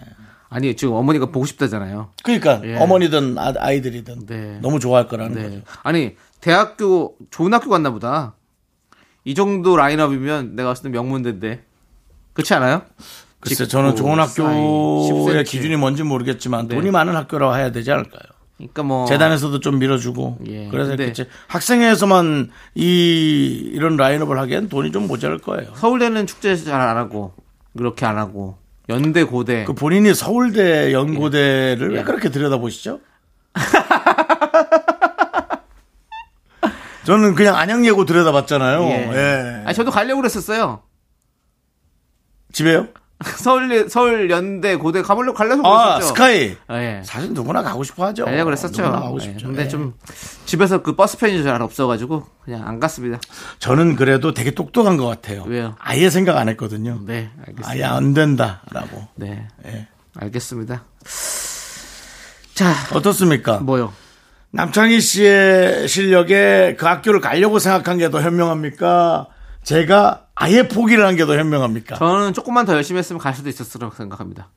C: 아니 지금 어머니가 보고 싶다잖아요.
B: 그러니까
C: 예.
B: 어머니든 아- 아이들이든
C: 네.
B: 너무 좋아할 거라는 거죠.
C: 네. 아니 대학교 좋은 학교 갔나 보다. 이 정도 라인업이면 내가 봤을 때 명문대인데 그렇지 않아요? 그렇죠.
B: 글쎄 저는 좋은
C: 직구,
B: 학교의
C: 사인, 10cm.
B: 기준이 뭔지 모르겠지만
C: 그 네.
B: 돈이 많은 학교라고 해야 되지 않을까요?
C: 그러니까 뭐
B: 재단에서도 좀 밀어주고
C: 예.
B: 그래서
C: 근데-
B: 그치 학생회에서만 이 이런 라인업을 하기엔 돈이 좀 모자랄 거예요.
C: 서울대는 축제 잘 안 하고 그렇게 안 하고 연대 고대
B: 그 본인이 서울대 연고대를
C: 예.
B: 왜 그렇게 들여다보시죠? 저는 그냥 안양예고 들여다봤잖아요. 예.
C: 아니, 저도 가려고 그랬었어요.
B: 집에요?
C: 서울 서울 연대 고대 가보려고 가려고
B: 아,
C: 그랬었죠.
B: 스카이.
C: 아, 예.
B: 사실 누구나 가고 싶어 하죠.
C: 가려고 그랬었죠.
B: 누구나 가고
C: 예,
B: 싶죠.
C: 근데
B: 예.
C: 좀 집에서 그 버스 편이 잘 없어가지고 그냥 안 갔습니다.
B: 저는 그래도 되게 똑똑한 것 같아요.
C: 왜요?
B: 아예 생각 안 했거든요.
C: 네, 알겠습니다.
B: 아예 안 된다라고.
C: 네,
B: 예.
C: 알겠습니다. 자,
B: 어떻습니까?
C: 아, 뭐요?
B: 남창희 씨의 실력에 그 학교를 가려고 생각한 게 더 현명합니까? 제가 아예 포기를 한 게 더 현명합니까?
C: 저는 조금만 더 열심히 했으면 갈 수도 있었으라고 생각합니다.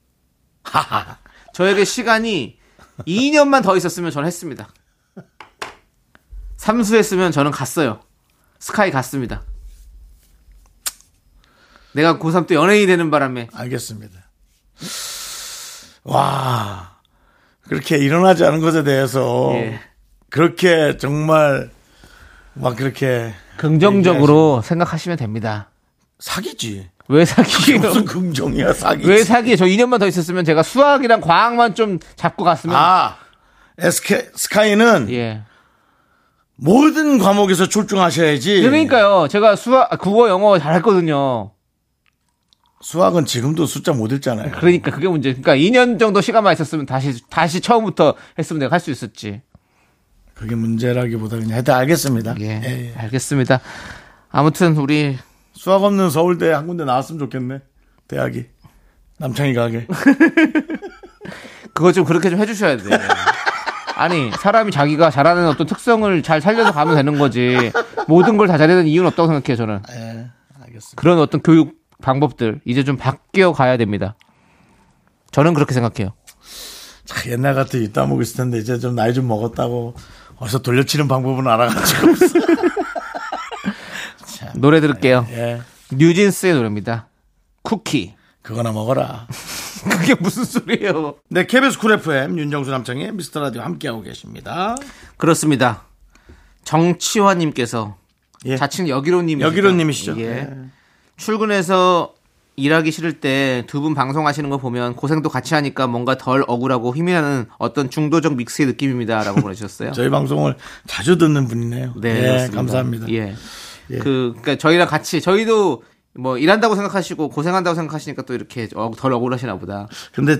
B: 하하.
C: 저에게 시간이 2년만 더 있었으면 저는 했습니다. 삼수했으면 저는 갔어요. 스카이 갔습니다. 내가 고3 때 연예인이 되는 바람에
B: 알겠습니다. 와. 그렇게 일어나지 않은 것에 대해서
C: 예.
B: 그렇게 정말 막 그렇게
C: 긍정적으로 생각하시면 됩니다.
B: 사기지.
C: 왜 사기예요?
B: 무슨 긍정이야, 사기지.
C: 예. 왜 사기예요? 저 2년만 더 있었으면 제가 수학이랑 과학만 좀 잡고 갔으면
B: 아, SK, 스카이는
C: 예.
B: 모든 과목에서 출중하셔야지.
C: 그러니까요. 제가 수학, 국어, 영어 잘했거든요.
B: 수학은 지금도 숫자 못 읽잖아요.
C: 그러니까 그게 문제. 그러니까 2년 정도 시간만 있었으면 다시 다시 처음부터 했으면 내가 할 수 있었지.
B: 그게 문제라기보다 그냥 하여튼 알겠습니다.
C: 예,
B: 예, 예.
C: 알겠습니다. 아무튼 우리
B: 수학 없는 서울대 한 군데 나왔으면 좋겠네. 대학이. 남창희 가게.
C: 그거 좀 그렇게 좀 해주셔야 돼요. 아니 사람이 자기가 잘하는 어떤 특성을 잘 살려서 가면 되는 거지. 모든 걸 다 잘해야 되는 이유는 없다고 생각해요 저는.
B: 예, 알겠습니다.
C: 그런 어떤 교육 방법들 이제 좀 바뀌어 가야 됩니다. 저는 그렇게 생각해요.
B: 자, 옛날 같은 윗다먹고 있을 텐데 이제 좀 나이 좀 먹었다고 어서 돌려치는 방법은 알아가지고.
C: 노래 들을게요.
B: 예.
C: 뉴진스의 노래입니다. 쿠키.
B: 그거나 먹어라.
C: 그게 무슨 소리예요?
B: 네, KBS 쿨 FM 윤정수 남창희 미스터 라디오 함께하고 계십니다.
C: 그렇습니다. 정치화님께서
B: 예.
C: 자칭 여기로님
B: 여기로님이시죠.
C: 예.
B: 예.
C: 출근해서 일하기 싫을 때 두 분 방송하시는 거 보면 고생도 같이 하니까 뭔가 덜 억울하고 힘이 나는 어떤 중도적 믹스의 느낌입니다라고 보내주셨어요.
B: 저희 방송을 자주 듣는 분이네요.
C: 네,
B: 예,
C: 그렇습니다.
B: 감사합니다.
C: 예. 그 그러니까 저희랑 같이 저희도 뭐 일한다고 생각하시고 고생한다고 생각하시니까 또 이렇게 어- 덜 억울하시나 보다.
B: 근데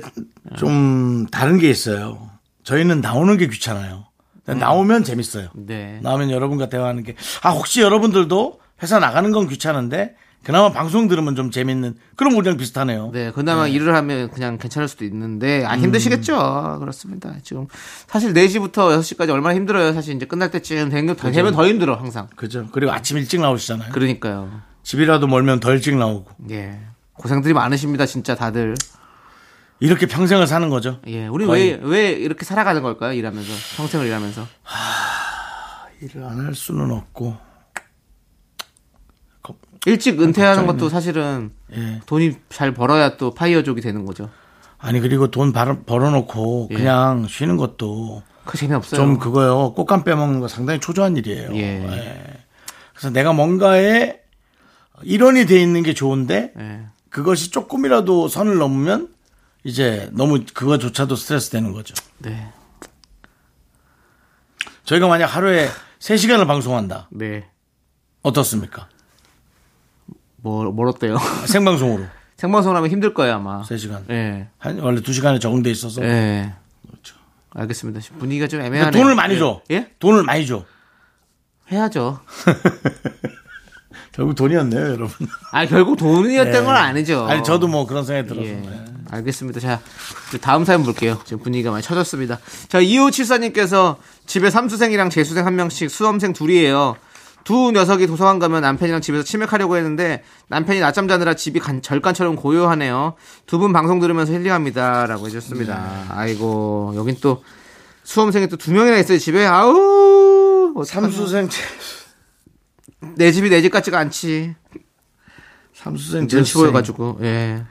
B: 좀 다른 게 있어요. 저희는 나오는 게 귀찮아요. 근데 나오면 재밌어요.
C: 네.
B: 나오면 여러분과 대화하는 게. 아, 혹시 여러분들도 회사 나가는 건 귀찮은데 그나마 방송 들으면 좀 재밌는 그럼 우리랑 비슷하네요. 음.
C: 네, 그나마 일을 하면 그냥 괜찮을 수도 있는데, 아, 힘드시겠죠. 그렇습니다. 지금, 사실 4시부터 6시까지 얼마나 힘들어요. 사실 이제 끝날 때쯤 되면 더, 되면 더 힘들어, 항상.
B: 그죠. 그리고 아침 일찍 나오시잖아요.
C: 그러니까요.
B: 집이라도 멀면 더 일찍 나오고.
C: 예. 고생들이 많으십니다, 진짜 다들.
B: 이렇게 평생을 사는 거죠.
C: 예. 우리
B: 거의.
C: 왜, 왜 이렇게 살아가는 걸까요? 일하면서. 평생을 일하면서.
B: 일을 안 할 수는 없고.
C: 일찍 은퇴하는 것도 사실은
B: 그렇죠. 네. 예.
C: 돈이 잘 벌어야 또 파이어족이 되는 거죠.
B: 아니 그리고 돈 벌- 벌어놓고
C: 예.
B: 그냥 쉬는 것도
C: 그 재미없어요.
B: 좀 그거요. 어, 꽃감 빼먹는 거 상당히 초조한 일이에요.
C: 예.
B: 그래서 내가 뭔가에 일원이 돼 있는 게 좋은데
C: 예.
B: 그것이 조금이라도 선을 넘으면 이제 너무 그거조차도 스트레스 되는 거죠.
C: 네.
B: 저희가 만약 하루에 3시간을 방송한다.
C: 네.
B: 어떻습니까?
C: 뭐, 뭘, 뭘 어때요?
B: 생방송으로
C: 생방송 하면 힘들 거예요, 아마.
B: 3시간.
C: 예.
B: 한, 원래 2시간에 적응돼 있어서.
C: 예. 알겠습니다. 분위기가 좀 애매하네요.
B: 근데 돈을 많이 줘.
C: 예? 예?
B: 돈을 많이 줘.
C: 해야죠.
B: 결국 돈이었네요, 여러분.
C: 아 결국 돈이었던 건 아니죠.
B: 예. 아니, 저도 뭐 그런 생각이 들어서.
C: 어. 예.
B: 네.
C: 알겠습니다. 자, 이제 다음 사연 볼게요. 지금 분위기가 많이 쳐졌습니다. 자, 2574님께서 집에 삼수생이랑 재수생 한 명씩 수험생 둘이에요. 두 녀석이 도서관 가면 남편이랑 집에서 치맥하려고 했는데 남편이 낮잠 자느라 집이 간- 절간처럼 고요하네요. 두 분 방송 들으면서 힐링합니다. 라고
B: 음.
C: 해주셨습니다. 아이고, 여긴 또 수험생이 또 두 명이나 있어요, 집에. 아우! 어떡하나.
B: 삼수생,
C: 내 집이 내 집 같지가 않지.
B: 삼수생
C: 눈치
B: 재수생.
C: 보여가지고 예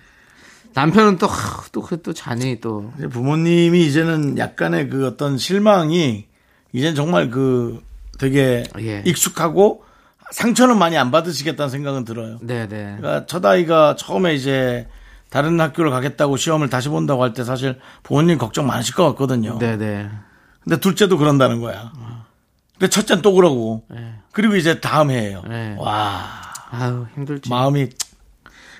C: 남편은 또또그또 자니 또
B: 이제 부모님이 이제는 약간의 그 어떤 실망이 이젠 정말 그 되게
C: 예.
B: 익숙하고 상처는 많이 안 받으시겠다는 생각은 들어요.
C: 네네
B: 그러니까 첫 아이가 처음에 이제 다른 학교를 가겠다고 시험을 다시 본다고 할 때 사실 부모님 걱정 많으실 것 같거든요.
C: 네네
B: 근데 둘째도 그런다는 거야. 근데 첫째는 또
C: 예.
B: 그러고. 그리고 이제 다음 해예요.
C: 네.
B: 와
C: 아유 힘들지
B: 마음이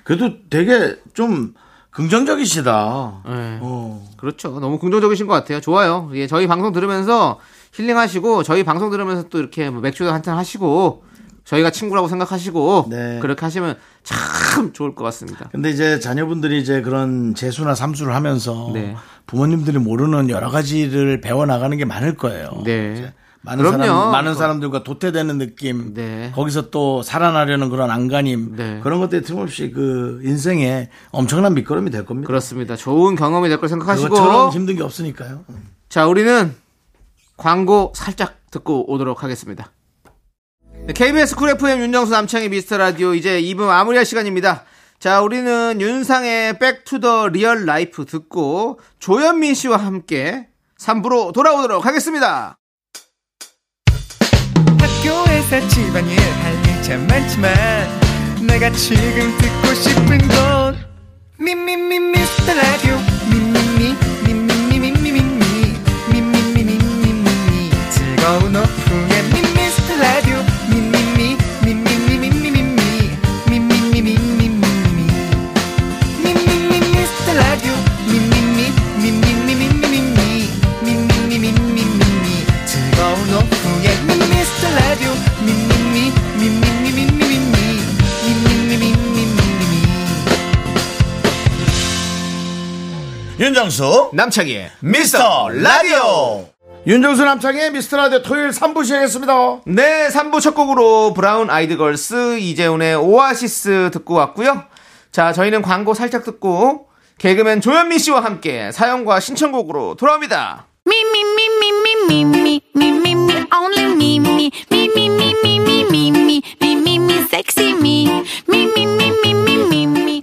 B: 그래도 되게 좀 긍정적이시다.
C: 네.
B: 어.
C: 그렇죠. 너무 긍정적이신 것 같아요. 좋아요. 예, 저희 방송 들으면서 힐링하시고 저희 방송 들으면서 또 이렇게 뭐 맥주도 한잔 하시고 저희가 친구라고 생각하시고
B: 네.
C: 그렇게 하시면 참 좋을 것 같습니다.
B: 근데 이제 자녀분들이 이제 그런 재수나 삼수를 하면서
C: 네.
B: 부모님들이 모르는 여러 가지를 배워 나가는 게 많을 거예요.
C: 네.
B: 많은
C: 그럼요.
B: 사람 많은 사람들과 도태되는 느낌.
C: 네.
B: 거기서 또 살아나려는 그런 안간힘.
C: 네.
B: 그런 것들이 틈없이 그 인생에 엄청난 밑거름이 될 겁니다.
C: 그렇습니다. 좋은 경험이 될 걸
B: 그것처럼
C: 생각하시고
B: 힘든 게 없으니까요.
C: 자, 우리는 광고 살짝 듣고 오도록 하겠습니다. 네, KBS 쿨 FM 윤정수 남창희 미스터 라디오 이제 2부 마무리할 시간입니다. 자, 우리는 윤상의 백투더 리얼 라이프 듣고 조현민 씨와 함께 3부로 돌아오도록 하겠습니다.
G: 학교에서 집안일 할 일 참 많지만 내가 지금 듣고 싶은 건 미미미 미스터 라디오 미미미 미미미 미미미 미미미 미미미 즐거운 오후에 미스터 라디오 미미미 미미미 미미미 미미미 미미미
F: 윤정수
C: 남창희의
F: 미스터 라디오
B: 윤정수 남창의 미스터라디오 토요일 3부 시작했습니다.
C: 네, 3부 첫 곡으로 브라운 아이드 걸스 이재훈의 오아시스 듣고 왔고요. 자, 저희는 광고 살짝 듣고 개그맨 조현민 씨와 함께 사연과 신청곡으로 돌아옵니다.
E: Me, me, me, me, me, me, me, me, me, me, only me, me, me, me, me, me, me, me, me, me, me, me, sexy me, me, me, me, me, me, me, me.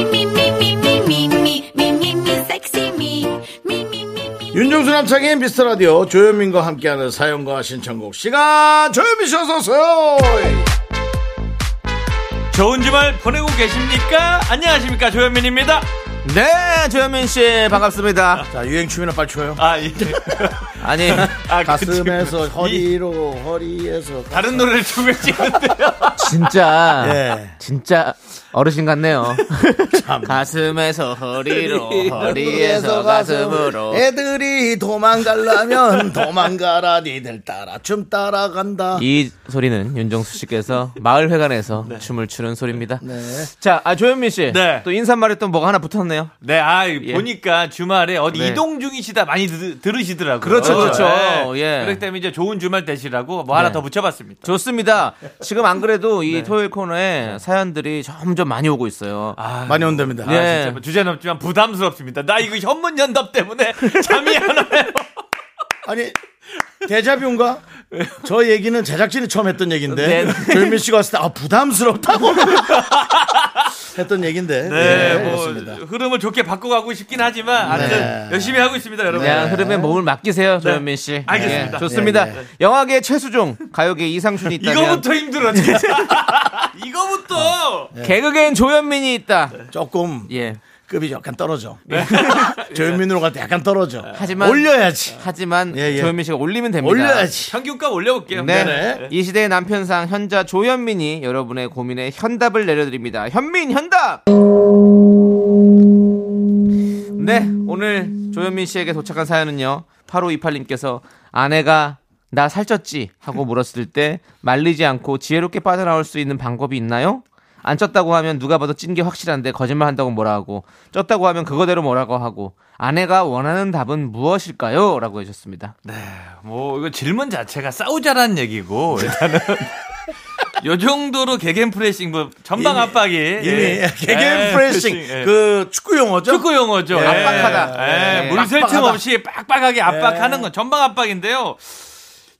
E: me, me, me, me, me, me, me, me, me, sexy me, me, me, me, me.
B: 윤정수 남창의 미스터라디오 조현민과 함께하는 사연과 신청곡 시간 조현민 씨 어서오세요
D: 좋은 주말 보내고 계십니까? 안녕하십니까 조현민입니다.
C: 네, 조현민 씨, 반갑습니다.
B: 자 유행 춤이나 빨리 춰요
D: 아 예.
C: 아니,
D: 아,
B: 가슴에서
D: 그
B: 허리로 허리에서
D: 이- 다른 노래를 춤을 찍는데요.
C: 진짜,
B: 예.
C: 진짜 어르신 같네요. 가슴에서
B: 예,
C: 허리로, 허리에서 가슴으로.
B: 애들이 도망가려면 도망가라 니들 따라 춤 따라간다
C: 이 소리는 윤정수 씨께서 마을회관에서 춤을 추는 소리입니다. 자, 아, 조현민 씨.
D: 네.
C: 또 인사말에 또 뭐가 하나 붙었네요.
D: 네, 아 보니까 주말에 어디
C: 네.
D: 이동 중이시다 많이 들, 으시더라고요
C: 그렇죠, 그렇죠. 예.
D: 그렇기 때문에 이제 좋은 주말 되시라고 뭐 하나
C: 네.
D: 더 붙여봤습니다.
C: 좋습니다. 지금 안 그래도 이 토요일 코너에 사연들이 점점 많이 오고 있어요.
B: 많이 온답니다
D: 아,
C: 예.
D: 진짜 뭐 주제는 없지만 부담스럽습니다. 나 이거 현문 연답 때문에 잠이 안 와요.
B: 아니 대자뷰인가? 저 얘기는 제작진이 처음 했던 얘기인데
C: 네.
B: 조현민 씨가 왔을 때 아 부담스럽다고 했던
D: 네,
B: 얘기인데 네,
D: 뭐
B: 그렇습니다. 네.
D: 흐름을 좋게 바꿔가고 싶긴 하지만 아무튼 열심히 하고 있습니다, 여러분.
C: 그냥 흐름에 몸을 맡기세요, 조현민 씨.
D: 네. 알겠습니다.
C: 예, 좋습니다. 영화계 최수종, 가요계 이상준이 있다면
D: 이거부터 힘들어. 진짜. 이거부터.
C: 어.
D: 네.
C: 개그계엔 조현민이 있다.
B: 조금
C: 예.
B: 급이 약간 떨어져 조현민으로 갈 때 약간 떨어져
C: 하지만-
B: 올려야지
C: 하지만
B: 예, 예.
C: 조현민 씨가 올리면 됩니다.
B: 올려야지
D: 평균값 올려볼게요.
C: 네.
B: 네네.
C: 이 시대의 남편상 현자 조현민이 여러분의 고민에 현답을 내려드립니다. 현민 현답. 네, 오늘 조현민 씨에게 도착한 사연은요. 8528님께서 아내가 나 살쪘지 하고 물었을 때 말리지 않고 지혜롭게 빠져나올 수 있는 방법이 있나요? 안 쪘다고 하면 누가 봐도 찐 게 확실한데 거짓말 한다고 뭐라 하고 쪘다고 하면 그거대로 뭐라고 하고 아내가 원하는 답은 무엇일까요? 라고 해주셨습니다.
D: 뭐 이거 질문 자체가 싸우자라는 얘기고 일단은 요 정도로 개겐 프레싱 뭐 전방
B: 이미-
D: 압박이
B: 이미
D: 예.
B: 개개
D: 예,
B: 프레싱
D: 예.
B: 그 축구 용어죠.
D: 축구 용어죠. 예.
C: 압박하다.
D: 예.
C: 예.
D: 물샐 틈
B: 압박하다. 네.
D: 없이 빡빡하게 압박하는 건 전방 압박인데요.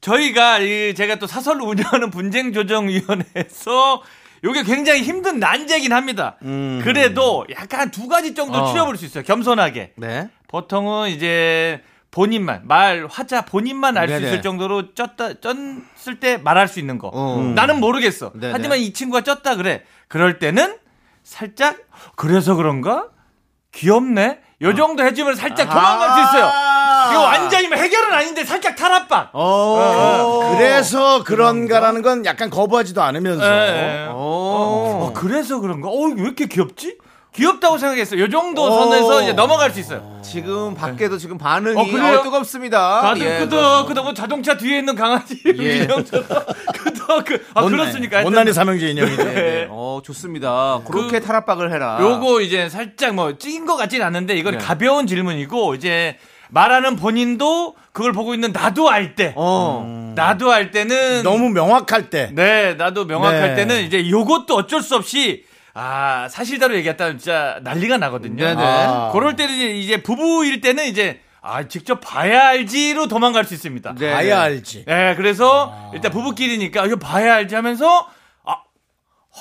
D: 저희가 이 제가 또 사설로 운영하는 분쟁조정위원회에서 이게 굉장히 힘든 난제긴 합니다.
B: 음.
D: 그래도 약간 두 가지 정도
C: 어.
D: 추려볼 수 있어요. 겸손하게.
C: 네.
D: 보통은 이제 본인만 말 화자 본인만 알 수
C: 네네.
D: 있을 정도로 쪘다 쪘을 때 말할 수 있는 거.
C: 어. 음.
D: 나는 모르겠어.
C: 네네.
D: 하지만 이 친구가 쪘다 그래. 그럴 때는 살짝 그래서 그런가 귀엽네.
B: 어.
D: 요 정도 해주면 살짝 도망갈 수 있어요.
B: 아.
D: 이거 완전히 어, 뭐 해결은 아닌데 살짝 탈압박.
B: 어, 그래서 그런가라는 건 약간 거부하지도 않으면서
D: 어. 예.
C: 오.
D: 어, 그래서 그런가? 어, 왜 이렇게 귀엽지? 귀엽다고 생각했어요. 요 정도 선에서 이제 넘어갈 수 있어요.
C: 지금 밖에도 지금 반응이
D: 어, 그래요?
C: 어, 뜨겁습니다.
D: 다들
C: 예,
D: 끄덕 끄덕 뭐 자동차 뒤에 있는 강아지
C: 예.
D: 인형처럼 끄덕 끄아 그렇습니까?
B: 못난이 삼형제 인형이죠.
C: 네, 네. 어, 좋습니다. 그렇게 탈압박을 해라.
D: 요거 이제 살짝 뭐 찐 것 같진 않은데 이건 가벼운 질문이고 이제 말하는 본인도 그걸 보고 있는 나도 알 때,
C: 어.
A: 음.
D: 나도 알 때는
B: 너무 명확할 때
D: 네 나도 명확할
B: 네.
D: 때는 이제 요것도 어쩔 수 없이 아 사실대로 얘기했다면 진짜 난리가 나거든요.
C: 네네.
D: 아. 그럴 때는 이제, 이제 부부일 때는 이제 아 직접 봐야 알지로 도망갈 수 있습니다.
C: 네,
B: 봐야
C: 네.
B: 알지.
D: 네, 그래서
B: 아.
D: 일단 부부끼리니까 이거 봐야 알지 하면서 아,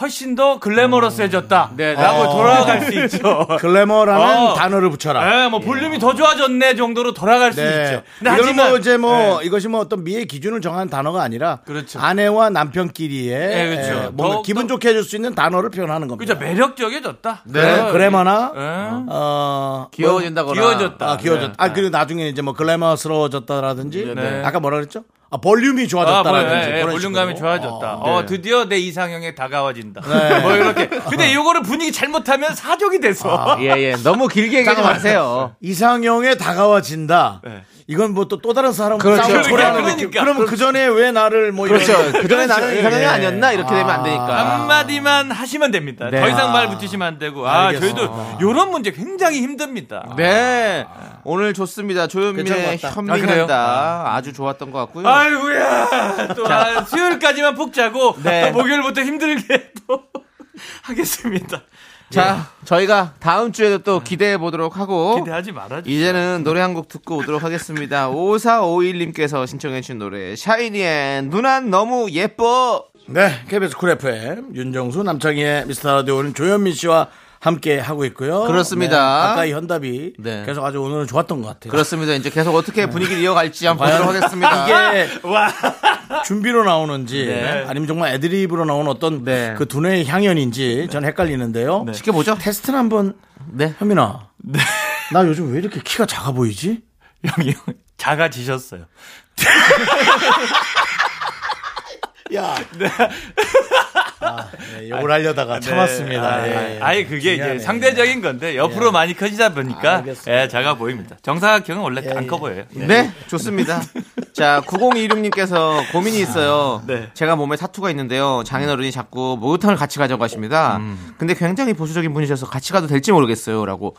D: 훨씬 더
B: 음.
D: 글래머러스해졌다.
C: 네, 네.
D: 라고
C: 어.
D: 돌아갈 수 있죠.
B: 글래머라는
D: 어.
B: 단어를 붙여라.
D: 네, 뭐 볼륨이 더 좋아졌네 정도로 돌아갈 수 있죠.
B: 네.
D: 근데
B: 이거는
D: 하지만 네.
B: 뭐 이제 뭐 이것이 뭐 어떤 미의 기준을 정한 단어가 아니라
D: 그렇죠.
B: 아내와 남편끼리의
D: 네, 그렇죠.
B: 예, 뭔가
D: 더욱더-
B: 기분 좋게 해줄 수 있는 단어를 표현하는 겁니다.
D: 그죠 매력적이어졌다.
B: 네. 그래, 그래머나
D: 예.
B: 어,
C: 귀여워진다거나.
D: 귀여워졌다.
B: 아, 귀여워졌다. 아, 그리고 나중에 이제 뭐 글래머스러워졌다라든지
D: 네.
B: 아까 뭐라 그랬죠? 아, 볼륨이
D: 아, 뭐,
B: 좋아졌다라든지
D: 예, 예,
B: 그런
D: 볼륨감이
B: 식으로.
D: 좋아졌다.
B: 어. 네.
D: 어, 드디어 내 이상형에 다가와진다. 뭐 이렇게.
B: 어.
D: 근데 이거를 분위기 잘못하면 사족이
B: 아.
D: 돼서.
C: 예, 예. 너무 길게 얘기하지 마세요.
B: 어. 이상형에 다가와진다. 이건 뭐 또 또 다른 사람
C: 그렇죠.
B: 싸움을 초래하는
D: 네. 그러니까,
B: 느낌.
D: 그러니까.
B: 그러면 그 전에 왜 나를 뭐
C: 그렇죠.
B: 이런
C: 그 전에 나는 이상형이
B: 예.
C: 아니었나? 이렇게 되면 안 되니까.
D: 한마디만 하시면 됩니다.
C: 네.
D: 더 이상 말 붙이시면 안 되고. 아, 저희도 이런 문제 굉장히 힘듭니다.
C: 네. 오늘 좋습니다. 조현민의
B: 괜찮은 것 같다.
C: 현민한다. 아, 주 좋았던 것 같고요.
D: 예. 아이고야. 또 아, 수요일까지만 푹 자고
C: 네.
D: 또 목요일부터 힘들게 또 하겠습니다.
C: 자, 저희가 다음 주에도 또 기대해 보도록 하고.
D: 기대하지 말아줘.
C: 이제는 노래 한 곡 듣고 오도록 하겠습니다. 5451님께서 신청해 주신 노래 샤이니의 누난 너무 예뻐.
B: 네, KBS 쿨 FM 윤정수 남창희의 미스터 라디오는 조현민 씨와 함께 하고 있고요.
C: 그렇습니다.
B: 네, 아까 이 현답이
C: 네.
B: 계속 아주 오늘은 좋았던 것 같아요.
C: 그렇습니다. 이제 계속 어떻게 분위기를 이어갈지 한번 보도록 하겠습니다.
B: 이게 준비로 나오는지 아니면 정말 애드립으로 나온 어떤
C: 네.
B: 그 두뇌의 향연인지 전 헷갈리는데요.
C: 지켜보죠.
B: 테스트를 한번
C: 네.
B: 현민아. 나 요즘 왜 이렇게 키가 작아 보이지?
D: 형이 형 작아지셨어요.
B: 야. 아, 예, 욕을 하려다가
C: 네.
B: 참았습니다.
D: 아,
B: 예, 예.
D: 아예 그게
B: 중요하네.
D: 이제 상대적인 건데 옆으로 많이 커지다 보니까 예, 작아 보입니다. 정사각형은 원래 안 커 보여요. 네.
C: 네, 좋습니다. 자, 9026님께서 고민이 있어요.
D: 네.
C: 제가 몸에 사투가 있는데요. 장인어른이 자꾸 목욕탕을 같이 가자고 하십니다.
B: 음.
C: 근데 굉장히 보수적인 분이셔서 같이 가도 될지 모르겠어요. 라고.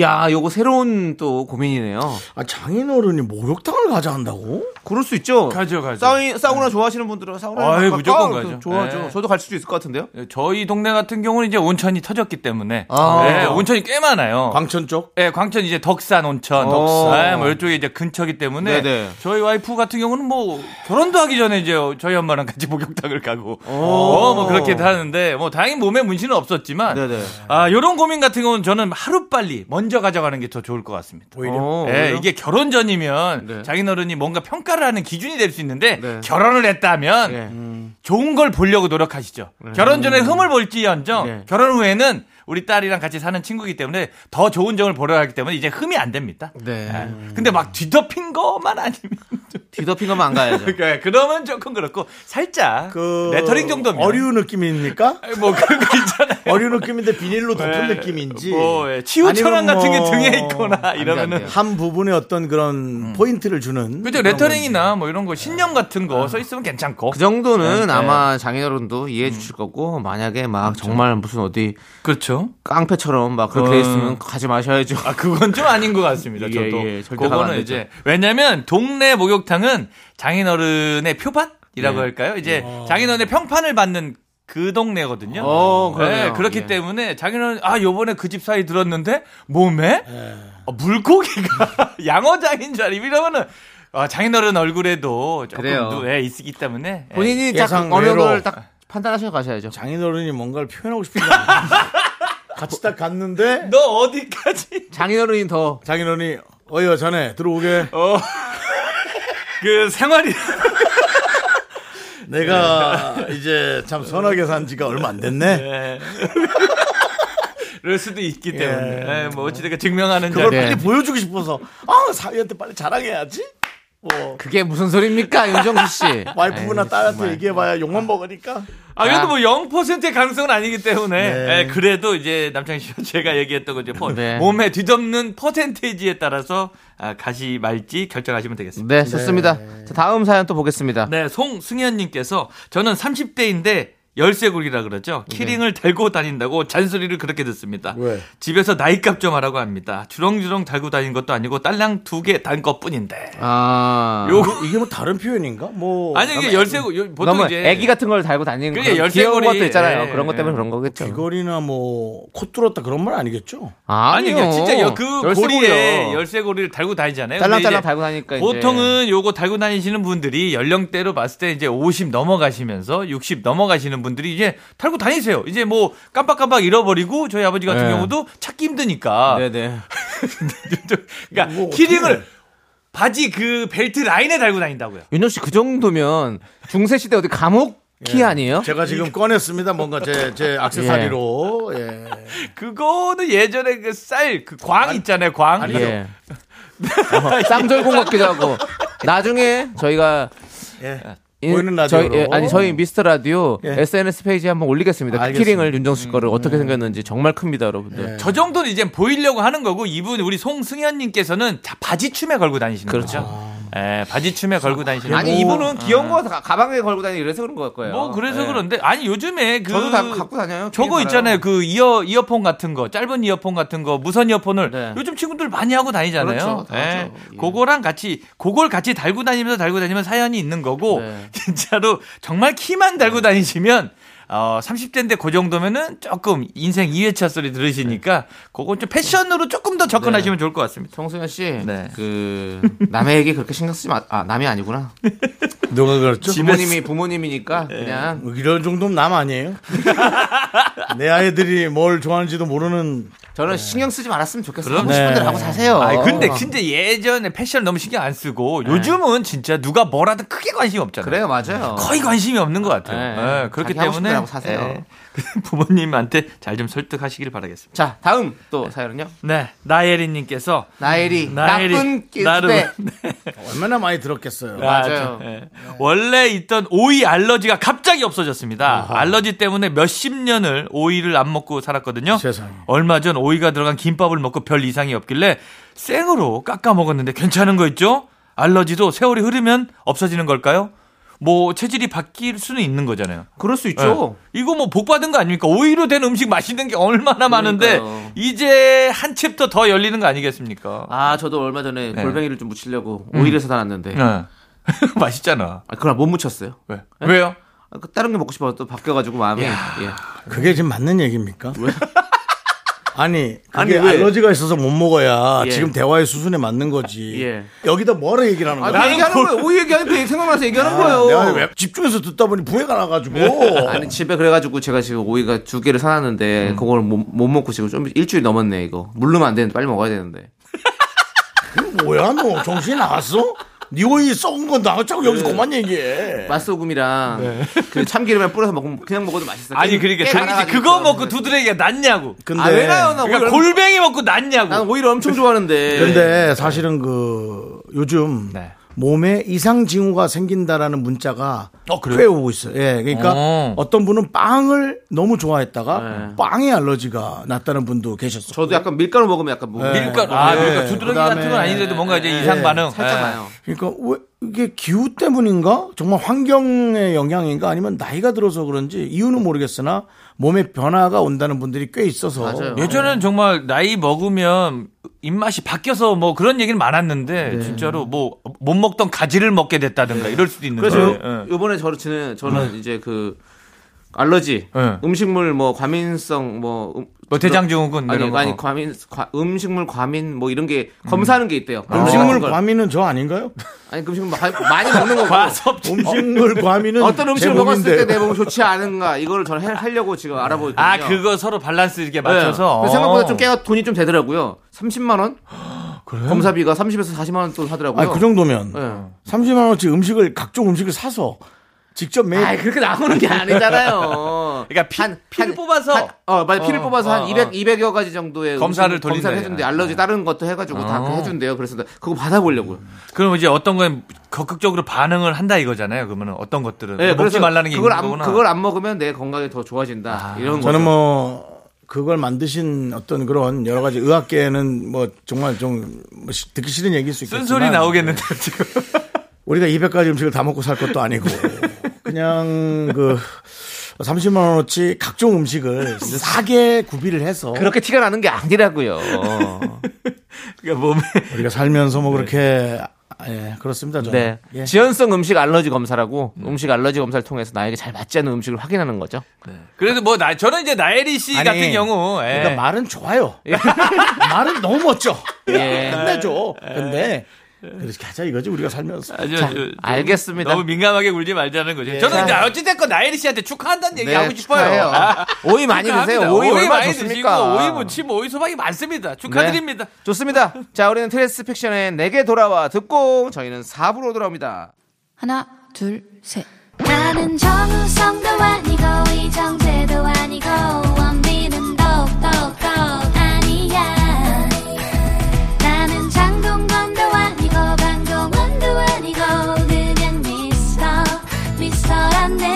C: 야, 요거 새로운 또 고민이네요.
B: 아, 장인어른이 목욕탕을 가자 한다고?
C: 그럴 수 있죠.
D: 가죠, 가죠.
C: 사우이, 사우나 좋아하시는 분들은 사우나
D: 아이,
C: 가까워.
D: 무조건
C: 또
D: 가죠.
C: 좋아하죠. 예,
D: 네.
C: 저도 갈 수도 있을 것 같은데요.
D: 저희 동네 같은 경우는 이제 온천이 터졌기 때문에
C: 아.
D: 예, 온천이 꽤 많아요.
H: 어.
B: 광천 쪽?
D: 예, 광천 이제 덕산 온천,
C: 어.
D: 덕산 뭐 이쪽에 이제 근처기 때문에
C: 네네.
D: 저희 와이프 같은 경우는 뭐 결혼도 하기 전에 이제 저희 엄마랑 같이 목욕탕을 가고 어, 뭐 그렇게도 하는데 뭐 다행히 몸에 문신은 없었지만
C: 네네.
D: 아, 요런 고민 같은 경우는 저는 하루 빨리 먼저 가져가는 게 더 좋을 것 같습니다.
C: 어,
D: 예,
C: 오히려?
D: 이게 결혼 전이면
C: 네.
D: 장인어른이 뭔가 평가를 하는 기준이 될 수 있는데
C: 네.
D: 결혼을 했다면
C: 네. 음.
D: 좋은 걸 보려고 노력하시죠. 결혼 전에 흠을 볼지언정
C: 네.
D: 결혼 후에는 우리 딸이랑 같이 사는 친구이기 때문에 더 좋은 점을 보려 하기 때문에 이제 흠이 안 됩니다.
C: 네.
D: 근데 막 뒤덮인 것만 아니면 좀
C: 뒤덮인 것만 안 가야죠.
H: 그러니까 그러면 조금 그렇고 살짝
B: 그
H: 레터링 정도면
B: 어류 느낌입니까?
H: 뭐 그런 거 있잖아요.
B: 어류 느낌인데 비닐로 덮은
H: 예,
B: 느낌인지
H: 뭐 예, 치우처럼
B: 아니면
H: 같은 게
B: 뭐
H: 등에 있거나 이러면은
C: 돼요.
B: 한 부분의 어떤 그런 포인트를 주는
H: 음. 그죠 레터링이나 뭐
C: 아.
H: 이런 거 신념 같은 거 써 있으면 괜찮고
C: 그 정도는 아마 장인어른도 이해해 주실 거고 만약에 막 정말 무슨 어디
H: 그렇죠.
C: 깡패처럼 막 그렇게
H: 어.
C: 돼 있으면 가지 마셔야죠.
H: 아, 그건 좀 아닌 것 같습니다.
C: 예,
H: 저도.
C: 예, 절대 가면 안
H: 그거는
C: 되죠.
H: 이제 왜냐면 동네 목욕탕은 장인어른의
C: 예.
H: 표밭이라고 할까요? 이제 장인어른의 평판을 받는 그 동네거든요.
C: 아. 어, 그러네요.
H: 네, 그렇기
C: 예.
H: 때문에 장인어른 아 요번에 그 집 사이 들었는데 몸에
C: 예.
H: 아, 물고기가 양어장인 줄 알고 이러면은 아, 장인어른 얼굴에도 조금
C: 그래요.
H: 누에 있기 때문에 예.
C: 본인이 딱
B: 예상
C: 어느
B: 외로.
C: 걸딱 판단하셔서 가셔야죠.
B: 장인어른이 뭔가를 표현하고 싶은 거 아니야? 같이 딱 갔는데
H: 너 어디까지
C: 장인어른이 더
B: 장인어른이 어여 자네 들어오게
H: 그 생활이
B: 내가
H: 네.
B: 이제 참 선하게 산 지가 얼마 안 됐네
H: 예. 그럴 수도 있기 때문에 예, 뭐 어찌됐건 증명하는
B: 그걸
H: 자리.
C: 네.
B: 빨리 보여주고 싶어서 아 사위한테 빨리 자랑해야지 뭐
C: 그게 무슨 소리입니까, 윤정수 씨?
B: 와이프나
C: 에이,
B: 딸한테
C: 정말.
B: 얘기해봐야 욕만 먹으니까
H: 아 그래도 뭐 0%의 가능성은 아니기 때문에 예, 그래도 이제 남창희 씨와 제가 얘기했던 거죠. 포-
C: 네.
H: 몸에 뒤덮는 퍼센테이지에 따라서 아, 가시 말지 결정하시면 되겠습니다.
C: 네, 좋습니다. 자, 다음 사연 또 보겠습니다.
H: 네, 송승현님께서 저는 30대인데 열쇠고리라 그러죠. 키링을 달고 다닌다고 잔소리를 그렇게 듣습니다.
B: 왜?
H: 집에서 나이값 좀 하라고 합니다. 주렁주렁 달고 다닌 것도 아니고 딸랑 두 개 단 것뿐인데.
C: 아,
H: 요
B: 이게 뭐 다른 표현인가 뭐
H: 아니 이게 열쇠고 요- 보통
C: 너무
H: 이제
C: 애기 같은 걸 달고 다니는
H: 그게
C: 그런 귀여운
H: 열쇠고리.
C: 것도 있잖아요.
H: 예,
C: 그런 것 때문에
H: 예.
C: 그런 거겠죠.
B: 귀걸이나 뭐코 뚫었다 그런 말 아니겠죠
H: 아니
C: 아니요.
H: 그냥 진짜 여- 그
C: 열쇠고리요.
H: 고리에 열쇠고리를 달고 다니잖아요. 근데
C: 딸랑딸랑
H: 이제
C: 달고 다니니까 그러니까 이제.
H: 보통은 요거 달고 다니시는 분들이 연령대로 봤을 때 이제 50 넘어가시면서 60 넘어가시는 분들이 이제 달고 다니세요. 이제 뭐 깜빡깜빡 잃어버리고 저희 아버지 같은
C: 네.
H: 경우도 찾기 힘드니까.
C: 네네.
H: 그러니까
B: 뭐 어떻게 해?
H: 키링을 바지 그 벨트 라인에 달고 다닌다고요.
C: 윤정 씨 그 정도면 중세 시대 어디 감옥 키
H: 예.
C: 아니에요?
B: 제가 지금 꺼냈습니다 뭔가 제
C: 예.
B: 제 악세사리로 예.
H: 그거는 예전에 그 쌀 그 광 있잖아요. 광.
C: 예. 어, 쌍절곤 같기도 하고. 나중에 저희가
B: 예.
C: 이-
B: 보이는
C: 저희,
B: 라디오로
C: 예, 아니 저희 미스터 라디오
B: 예.
C: SNS 페이지에 한번 올리겠습니다. 그
B: 알겠습니다.
C: 키링을 윤정수 씨 거를
H: 음,
C: 어떻게 생겼는지 정말 큽니다, 여러분들.
H: 저 정도는 이제 보이려고 하는 거고 이분 우리 송승현님께서는 자 바지춤에 걸고 다니시는
C: 그렇죠.
H: 거죠. 예, 바지춤에 걸고 다니시는
C: 아니
H: 거고. 예.
C: 이분은 귀여운 거 가- 가방에 걸고 다니고 이래서 그런 걸 거예요.
H: 뭐 그래서
C: 예.
H: 그런데 아니 요즘에 그
C: 저도 다 갖고 다녀요.
H: 저거
C: 되게
H: 있잖아요.
C: 많아요.
H: 그 이어 이어폰 같은 거, 짧은 이어폰 같은 거, 무선 이어폰을
C: 네.
H: 요즘 친구들 많이 하고 다니잖아요.
C: 그렇죠. 다
H: 예.
C: 하죠. 예.
H: 그거랑 같이 그걸 같이 달고 다니면서 달고 다니면 사연이 있는 거고
C: 네.
H: 진짜로 정말 키만 달고 다니시면 어 30대인데 그 정도면은 조금 인생 2회차 소리
C: 네.
H: 들으시니까 그건 좀 패션으로 조금 더 접근하시면 좋을 것 같습니다.
C: 정수현 씨,
H: 네.
C: 그 남의 얘기 그렇게 신경 쓰지 마. 아 남이 아니구나.
B: 누가 그랬죠
C: 부모님이 부모님이니까 그냥
B: 이런 정도면 남 아니에요 내 아이들이 뭘 좋아하는지도 모르는
C: 저는 신경 쓰지 말았으면 좋겠어요.
H: 그럼
C: 하고 싶은
B: 네.
C: 대로 하고 사세요. 어.
H: 아 근데 진짜 예전에 패션 너무 신경 안
C: 네.
H: 쓰고 요즘은 진짜 누가 뭐라든 크게 관심이 없잖아요.
C: 그래요, 맞아요.
H: 거의 관심이 없는 것 같아요.
C: 네.
H: 예, 그렇기
C: 자기 네. 하고 싶은 대로
H: 때문에
C: 하고 사세요.
H: 예. 부모님한테 잘 좀 설득하시길 바라겠습니다.
C: 자 다음 또 사연은요.
H: 네, 나예린님께서
C: 네.
H: 네.
C: 나엘이
H: 나엘이
C: 나쁜 기대.
H: 나름.
B: 얼마나 많이 들었겠어요
C: 맞아요.
H: 아, 예. 원래 있던 오이 알러지가 갑자기 없어졌습니다. 알러지 때문에 몇십 년을 오이를 안 먹고 살았거든요.
B: 세상에.
H: 얼마 전 오이가 들어간 김밥을 먹고 별 이상이 없길래 생으로 깎아 먹었는데 괜찮은 거 있죠? 알러지도 세월이 흐르면 없어지는 걸까요? 뭐 체질이 바뀔 수는 있는 거잖아요.
C: 그럴 수 있죠.
H: 예. 이거 뭐 복 받은 거 아닙니까? 오이로 된 음식 맛있는 게
C: 그러니까요.
H: 얼마나 많은데 이제 한 챕터 더 열리는 거 아니겠습니까?
C: 아 저도 얼마 전에
H: 네.
C: 골뱅이를 좀 묻히려고 오이를 사다 놨는데
H: 네. 맛있잖아.
C: 아, 그걸 못 묻혔어요.
H: 왜? 왜요?
C: 아, 그 다른 게 먹고 싶어서 또 바뀌어가지고 마음이 예.
B: 그게 지금 맞는 얘기입니까? 아니, 그게
C: 아니, 왜?
B: 알러지가 있어서 못 먹어야
C: 예.
B: 지금 대화의 수순에 맞는 거지.
C: 예.
B: 여기다 뭐라 얘기를 하는
C: 아,
B: 거야?
C: 그 얘기하는 거예요. 오이 얘기하니까 생각나서 얘기하는 거예요.
B: 내가 왜 집중해서 듣다 보니 부해가 나가지고.
C: 아니 집에 그래가지고 제가 지금 오이가 두 개를 사놨는데
H: 음.
C: 그걸 못, 못 먹고 지금 좀 일주일 넘었네 이거 물르면 안 되는데 빨리 먹어야 되는데
B: 뭐야, 너 정신이 나갔어? 니 오이 썩은 건 나갔자고
C: 예.
B: 여기서 그만
H: 네.
B: 얘기해.
C: 맛소금이랑 그 참기름에 뿌려서 먹으면 그냥 먹어도 맛있어
H: 아니
B: 네,
H: 그러니까 자기 이제 그거 먹고 두드레기가 낫냐고.
B: 근데,
C: 아왜 나요 나 오이를
H: 그러니까 골뱅이 먹고 낫냐고.
C: 네. 난 오이를 엄청 좋아하는데
B: 근데 사실은 그 요즘
H: 네.
B: 몸에 이상 징후가 생긴다라는 문자가
H: 어, 그래요?
B: 꽤 오고 있어요. 예, 그러니까
H: 어.
B: 어떤 분은 빵을 너무 좋아했다가 빵에 알러지가 났다는 분도 계셨어요.
C: 네. 저도 약간 밀가루 먹으면 약간 뭐
H: 밀가루. 아,
B: 예.
H: 그러니까 두드러기 같은 건
B: 그다음에-
H: 아닌데도 뭔가 이제 이상 반응.
C: 네. 살짝
H: 예.
C: 나요.
B: 그러니까 왜 이게 기후 때문인가? 정말 환경의 영향인가? 아니면 나이가 들어서 그런지 이유는 모르겠으나 몸에 변화가 온다는 분들이 꽤 있어서
C: 맞아요.
H: 예전에는 정말 나이 먹으면 입맛이 바뀌어서 뭐 그런 얘기는 많았는데
C: 네.
H: 진짜로 뭐 못 먹던 가지를 먹게 됐다든가 이럴 수도 있는
C: 그래서
H: 거예요.
C: 요-
H: 예.
C: 요번에 저는 저는, 저는 이제 그 알러지,
H: 네.
C: 음식물 뭐 과민성 뭐, 음-
H: 뭐 대장증후군
C: 아니
H: 이런 거. 음.
C: 아니 과민 과- 음식물 과민 뭐 이런 게 검사하는 게 있대요.
H: 아.
B: 음식물
C: 같은 걸.
B: 과민은 저 아닌가요?
C: 아니 음식물 마- 많이 먹는 거고
H: 과섭취.
B: 음식물 과민은
C: 어떤 음식을
B: 제
C: 먹었을 때
B: 몸인데요.
C: 내 몸이 좋지 않은가 이거를 저는 해- 하려고 지금 알아보고 있거든요.
H: 아 그거 서로 밸런스 이렇게
C: 네.
H: 맞춰서.
C: 그래서 생각보다 좀
H: 어.
C: 깨가 돈이 좀 되더라고요. 30만 원? 검사비가 30에서 40만 원 돈 하더라고요.
B: 아니, 그 정도면
C: 예.
B: 30만 원치 음식을 각종 음식을 사서 직접 매일
C: 아이, 그렇게 나오는 게 아니잖아요.
H: 네. 그러니까 피- 피를 뽑아서?
C: 한- 어, 맞아. 피를 뽑아서
H: 어, 어.
C: 한 200, 200여 가지 정도의
H: 검사를 어.
C: 음식-
H: 돌린다,
C: 검사를 해준대.
H: 예.
C: 알러지 다른 것도 해가지고 다 그거 해준대요. 그래서 나 그거 받아보려고요.
H: 그럼 이제 어떤 건 적극적으로 반응을 한다 이거잖아요. 네, 그러면 어떤 것들은
C: 예,
H: 먹지 말라는 게
C: 그걸
H: 있는
C: 안,
H: 거구나.
C: 그걸 안 먹으면 내 건강이 더 좋아진다. 이런 거.
B: 저는 뭐 그걸 만드신 어떤 그런 여러 가지 의학계는 뭐 정말 좀뭐 시- 듣기 싫은 얘기일 수 있겠지만
H: 쓴소리 나오겠는데 지금.
B: 우리가 200가지 음식을 다 먹고 살 것도 아니고 그냥 그 30만 원어치 각종 음식을 싸게 구비를 해서
C: 그렇게 티가 나는 게 아니라고요.
H: 그러니까 몸에
B: 우리가 살면서 뭐 그렇게 아, 예 그렇습니다 저는
C: 네.
B: 예.
C: 지연성 음식 알러지 검사라고 음식 알러지 검사를 통해서 나에게 잘 맞지 않는 음식을 확인하는 거죠.
H: 네. 그래도 뭐 나 저는 이제 나혜리 씨
B: 아니,
H: 같은 경우 예.
B: 그러니까 말은 좋아요 말은 너무 멋져
C: 예.
B: 끝내줘 근데 그렇게 하자 이거지 우리가 살면서
H: 아주,
C: 자,
H: 아주 좀
C: 알겠습니다.
H: 그, 너무 민감하게 굴지 네. 말자는 거죠. 저는 이제 어찌됐건 나혜리 씨한테 축하한다는 얘기 하고 싶어요.
C: 네,
H: 아.
C: 축하해요. 오이 많이
H: 축하합니다.
C: 드세요. 오이, 얼마나
H: 많이
C: 좋습니까?
H: 드시고 오이 뭐 무침, 오이 소박이 많습니다. 축하드립니다.
C: 네. 좋습니다. 자, 우리는 트레스 픽션의 내게 돌아와 듣고 저희는 4부로 돌아옵니다.
E: 하나, 둘, 셋.
I: 나는 정우성도 아니고 이정재도 아니고 원빈은 더욱더 아니야 나는 장동건도 아니고 방종원도 아니고 그냥 미스터 미스터란데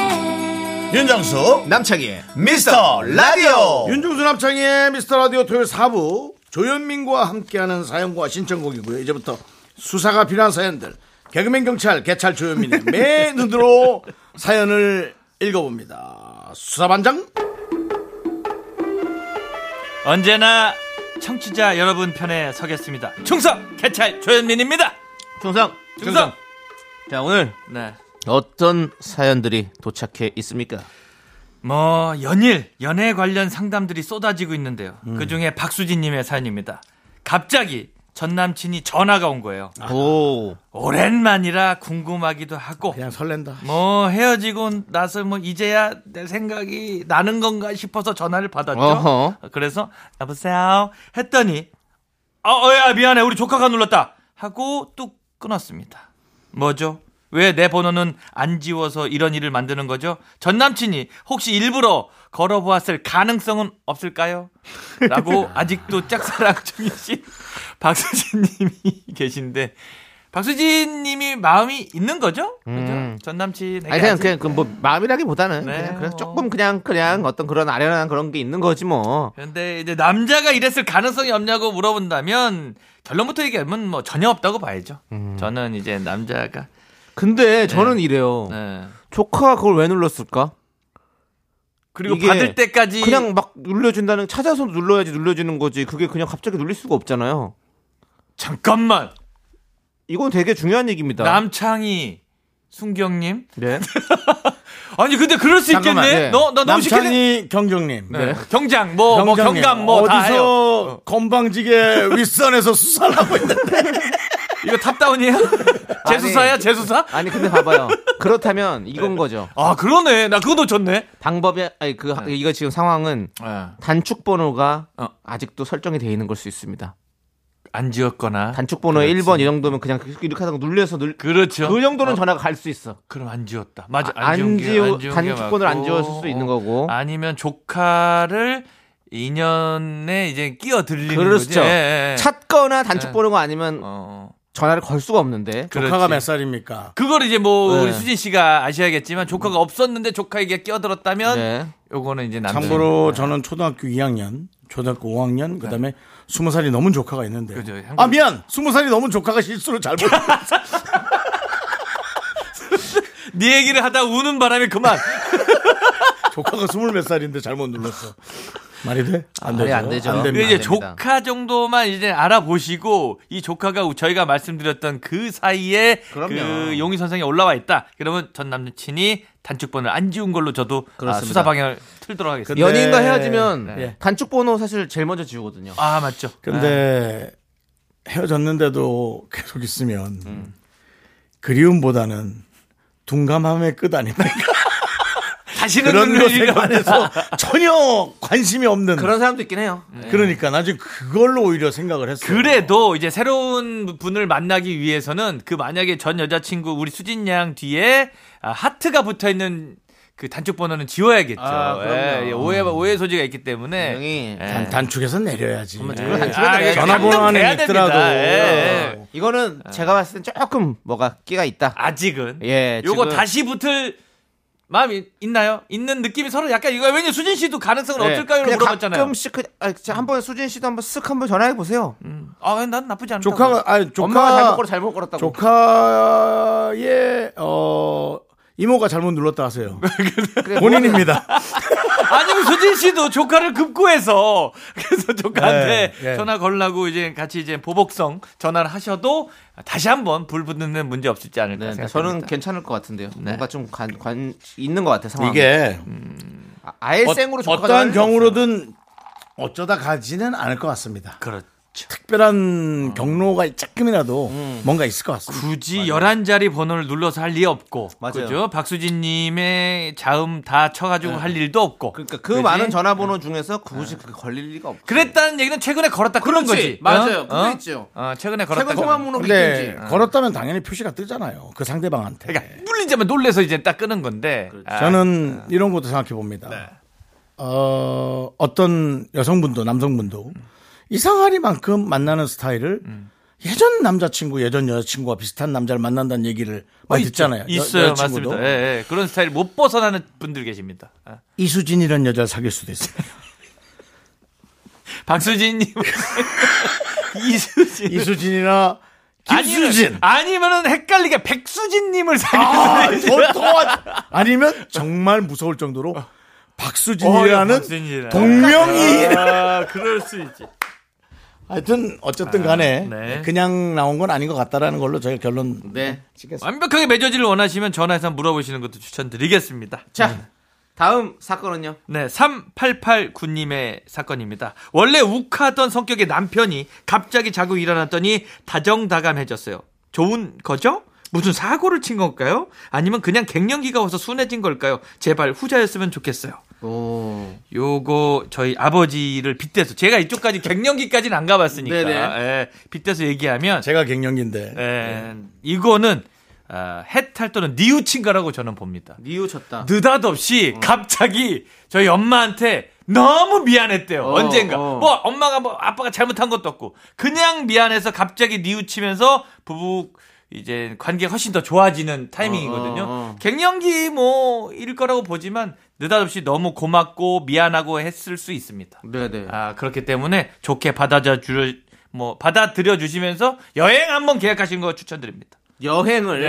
F: 윤정수
C: 남창희의
F: 미스터 라디오
B: 윤종수 남창의 미스터 라디오 토요일 4부 조현민과 함께하는 사연과 신청곡이고요. 이제부터 수사가 필요한 사연들 개그맨 경찰 개찰 조현민의 매 눈으로 사연을 읽어봅니다. 수사반장
H: 언제나 청취자 여러분 편에 서겠습니다. 충성 개찰 조현민입니다.
C: 충성.
H: 충성.
C: 자, 오늘
H: 네.
C: 어떤 사연들이 도착해 있습니까?
H: 뭐 연일 연애 관련 상담들이 쏟아지고 있는데요.
B: 음.
H: 그 중에 박수진님의 사연입니다. 갑자기 전 남친이 전화가 온 거예요.
C: 오.
H: 오랜만이라 궁금하기도 하고
B: 그냥 설렌다.
H: 뭐 헤어지고 나서 뭐 이제야 내 생각이 나는 건가 싶어서 전화를 받았죠.
C: 어허.
H: 그래서 여보세요 했더니 아, 어야 미안해 우리 조카가 눌렀다 하고 뚝 끊었습니다. 뭐죠? 왜 내 번호는 안 지워서 이런 일을 만드는 거죠? 전 남친이 혹시 일부러 걸어보았을 가능성은 없을까요? 라고 아직도 짝사랑 중이신 박수진님이 계신데 박수진님이 마음이 있는 거죠? 그죠? 전 남친.
C: 아니 그냥 그냥 그뭐 마음이라기보다는
H: 네,
C: 그냥, 그냥
H: 어.
C: 조금 그냥 그냥 어떤 그런 아련한 그런 게 있는 거지 뭐.
H: 근데 이제 남자가 이랬을 가능성이 없냐고 물어본다면 결론부터 얘기하면 뭐 전혀 없다고 봐야죠.
C: 음.
H: 저는 이제 남자가
C: 근데 저는 이래요.
H: 네.
C: 조카가 그걸 왜 눌렀을까?
H: 그리고
C: 이게
H: 받을 때까지
C: 그냥 막 눌러준다는 찾아서 눌러야지 눌러주는 거지. 그게 그냥 갑자기 눌릴 수가 없잖아요.
H: 잠깐만
C: 이건 되게 중요한 얘기입니다.
H: 남창희 순경님
C: 네.
H: 아니 근데 그럴 수
C: 잠깐만,
H: 있겠네.
C: 네.
H: 너 너 너무 시키네.
B: 남창희 경경님
H: 네. 경장 뭐 뭐
B: 경장님,
H: 경감 뭐 다 해요.
B: 어디서 건방지게 윗선에서 수사를 하고 있는데
H: 이거 탑다운이에요? 재수사야 재수사?
C: 아니 근데 봐봐요. 그렇다면 이건 거죠.
H: 아 그러네. 나 그거 놓쳤네.
C: 방법이 아니 그 하- 이거 지금 상황은 단축 번호가
H: 어.
C: 아직도 설정이 돼 있는 걸 수 있습니다.
H: 안 지웠거나
C: 단축 번호 1번 이 정도면 그냥 이렇게 하다가 눌려서 눌,
H: 그렇죠.
C: 그 정도는 전화가 갈 수 있어.
H: 그럼 안 지웠다. 맞아.
C: 아, 안
H: 지운 게-
C: 지우-
H: 지운 게
C: 단축번호를 안
H: 맞고.
C: 지웠을 수도 있는 거고.
H: 아니면 조카를 인연에 이제 끼어들리는 거지.
C: 그렇죠.
H: 예, 예.
C: 찾거나 단축 번호가 아니면
H: 어.
C: 전화를 걸 수가 없는데
B: 조카가
H: 그렇지.
B: 몇 살입니까?
H: 그걸 이제 뭐
C: 네.
H: 우리 수진 씨가 아셔야겠지만 조카가 없었는데 조카에게 끼어들었다면
C: 네.
H: 요거는 이제 남자.
B: 참고로 저는 초등학교 2학년, 초등학교 5학년, 그다음에 20살이 넘은 조카가 있는데.
H: 그죠, 한국-
B: 아 미안, 20살이 넘은 조카가 실수로 잘못.
H: 네 얘기를 하다 우는 바람에 그만.
C: 아,
B: 조카가 스물 몇 살인데 잘못 눌렀어. 말이 돼? 안
C: 아, 말이
B: 되죠.
C: 안 되죠.
H: 그
B: 됩니다.
H: 이제
C: 안 됩니다.
H: 조카 정도만 이제 알아보시고 이 조카가 저희가 말씀드렸던 그 사이에 그
C: 그럼요.
H: 용희 선생이 올라와 있다. 그러면 전 남친이 단축번호를 안 지운 걸로 저도 아,
C: 그렇습니다.
H: 수사 방향을 틀도록 하겠습니다.
C: 연인과 헤어지면
B: 예.
C: 단축 번호 사실 제일 먼저 지우거든요.
H: 아 맞죠.
B: 근데 헤어졌는데도 계속 있으면 그리움보다는 둔감함의 끝 아닙니까?
H: 다시는
B: 그런
H: 그런
B: 것에
H: 얘기가
B: 관해서 전혀 관심이
H: 음.
B: 없는.
C: 그런 사람도 있긴 해요.
B: 그러니까 나중에 그걸로 오히려 생각을 했어요.
H: 그래도 이제 새로운 분을 만나기 위해서는 그 만약에 전 여자친구 우리 수진 양 뒤에 아, 하트가 붙어 있는 그 단축 번호는 지워야겠죠.
C: 아, 그럼요.
H: 예, 예, 오해 오해 소지가 있기 때문에
C: 형이
B: 단, 단축에서 내려야지.
C: 그건 단축
H: 예. 아,
C: 번호
H: 이게
B: 전화번호 안에
H: 감정돼야 됩니다.
B: 있더라도.
H: 예.
C: 이거는 제가 봤을 땐 조금 뭐가 끼가 있다.
H: 아직은
C: 예,
H: 요거
C: 지금-
H: 다시 붙을 마음이 있나요? 있는 느낌이 서로 약간 이거 왜냐 면 수진 씨도 가능성은
C: 네.
H: 어떨까요?
C: 그냥
H: 물어봤잖아요.
C: 가끔씩 그, 아, 진짜 한번 수진 씨도 한번 쓱 한번 전화해 보세요.
H: 음. 아난 나쁘지 않다.
B: 조카가 아니 조카
C: 엄마가 잘못 걸어 잘못 걸었다고.
B: 조카의 어 이모가 잘못 눌렀다 하세요. 본인입니다.
H: 아니면 그 수진 씨도 조카를 급구해서 그래서 조카한테
B: 예, 예.
H: 전화 걸라고 이제 같이 이제 보복성 전화를 하셔도 다시 한번 불 붙는 문제 없을지 않을까
C: 네,
H: 생각합니다. 네.
C: 저는 괜찮을 것 같은데요. 뭔가 좀 관, 관 있는 것 같아 상황.
B: 이게
C: 아, 아예
B: 어,
C: 생으로 조카가
B: 어떠한
C: 하는 게 없어요.
B: 경우로든 어쩌다 가지는 않을 것 같습니다.
H: 그렇죠.
B: 특별한 경로가 조금이라도
H: 음.
B: 뭔가 있을 것 같습니다.
H: 굳이 열한 자리 번호를 눌러서 할 리 없고
C: 맞아요.
H: 그죠? 박수진님의 자음 다 쳐가지고 할 일도 없고
C: 네. 그러니까 그
H: 그지?
C: 많은 전화번호 중에서 굳이 그렇게 걸릴 리가 없어.
H: 그랬다는 얘기는 최근에 걸었다 그런
C: 그렇지.
H: 거지.
C: 맞아요.
H: 어?
C: 그거
H: 어?
C: 있죠.
H: 어, 최근에 걸었다.
C: 최근 통화문호
B: 근데
C: 있든지.
B: 걸었다면 당연히 표시가 뜨잖아요. 그 상대방한테.
H: 네. 그러니까 물리자면 놀래서 이제 딱 끄는 건데. 아, 네.
B: 저는 이런 것도 생각해 봅니다. 어, 어떤 여성분도 남성분도 이상하리만큼 만나는 스타일을
H: 음.
B: 예전 남자친구, 예전 여자친구와 비슷한 남자를 만난다는 얘기를 많이 듣잖아요. 여-
H: 있어요,
B: 여자친구도.
H: 맞습니다. 예, 예. 그런 스타일 못 벗어나는 분들 계십니다. 아.
B: 이수진이라는 여자를 사귈 수도 있어요.
H: 박수진님, 이수진,
B: 이수진이나
H: 아니면-
B: 김수진.
H: 아니면은 헷갈리게 백수진님을
B: 아, 더,
H: 사귀는.
B: 더, 아니면 정말 무서울 정도로 박수진이라는
H: 어, 박수진이라.
B: 동명이.
H: 아, 그럴 수 있지.
B: 하여튼 어쨌든 간에
H: 네.
B: 그냥 나온 건 아닌 것 같다라는 걸로 저희가 결론
C: 네.
B: 짓겠습니다.
H: 완벽하게 맺어지를 원하시면 전화해서 물어보시는 것도 추천드리겠습니다.
C: 자 다음 사건은요.
H: 네, 3889님의 사건입니다. 원래 욱하던 성격의 남편이 갑자기 자고 일어났더니 다정다감해졌어요. 좋은 거죠? 무슨 사고를 친 걸까요? 아니면 그냥 갱년기가 와서 순해진 걸까요? 제발 후자였으면 좋겠어요.
C: 오.
H: 요거 저희 아버지를 빗대서 제가 이쪽까지 갱년기까지는 안 가봤으니까
C: 네네.
H: 예, 빗대서 얘기하면
B: 제가 갱년기인데.
H: 예, 이거는 아, 해탈 또는 니우친 거라고 저는 봅니다.
C: 뉘우쳤다.
H: 느닷없이
C: 어.
H: 갑자기 저희 엄마한테 너무 미안했대요.
C: 어,
H: 언젠가.
C: 어.
H: 뭐 엄마가 뭐 아빠가 잘못한 것도 없고 그냥 미안해서 갑자기 뉘우치면서 부부 이제 관계가 훨씬 더 좋아지는 타이밍이거든요.
C: 어, 어, 어.
H: 갱년기 뭐일 거라고 보지만 느닷없이 너무 고맙고 미안하고 했을 수 있습니다.
C: 네네.
H: 아, 그렇기 때문에 좋게 받아들여 주, 뭐 받아들여 주시면서 여행 한번 계획하시는 거 추천드립니다.
C: 여행을
B: 네.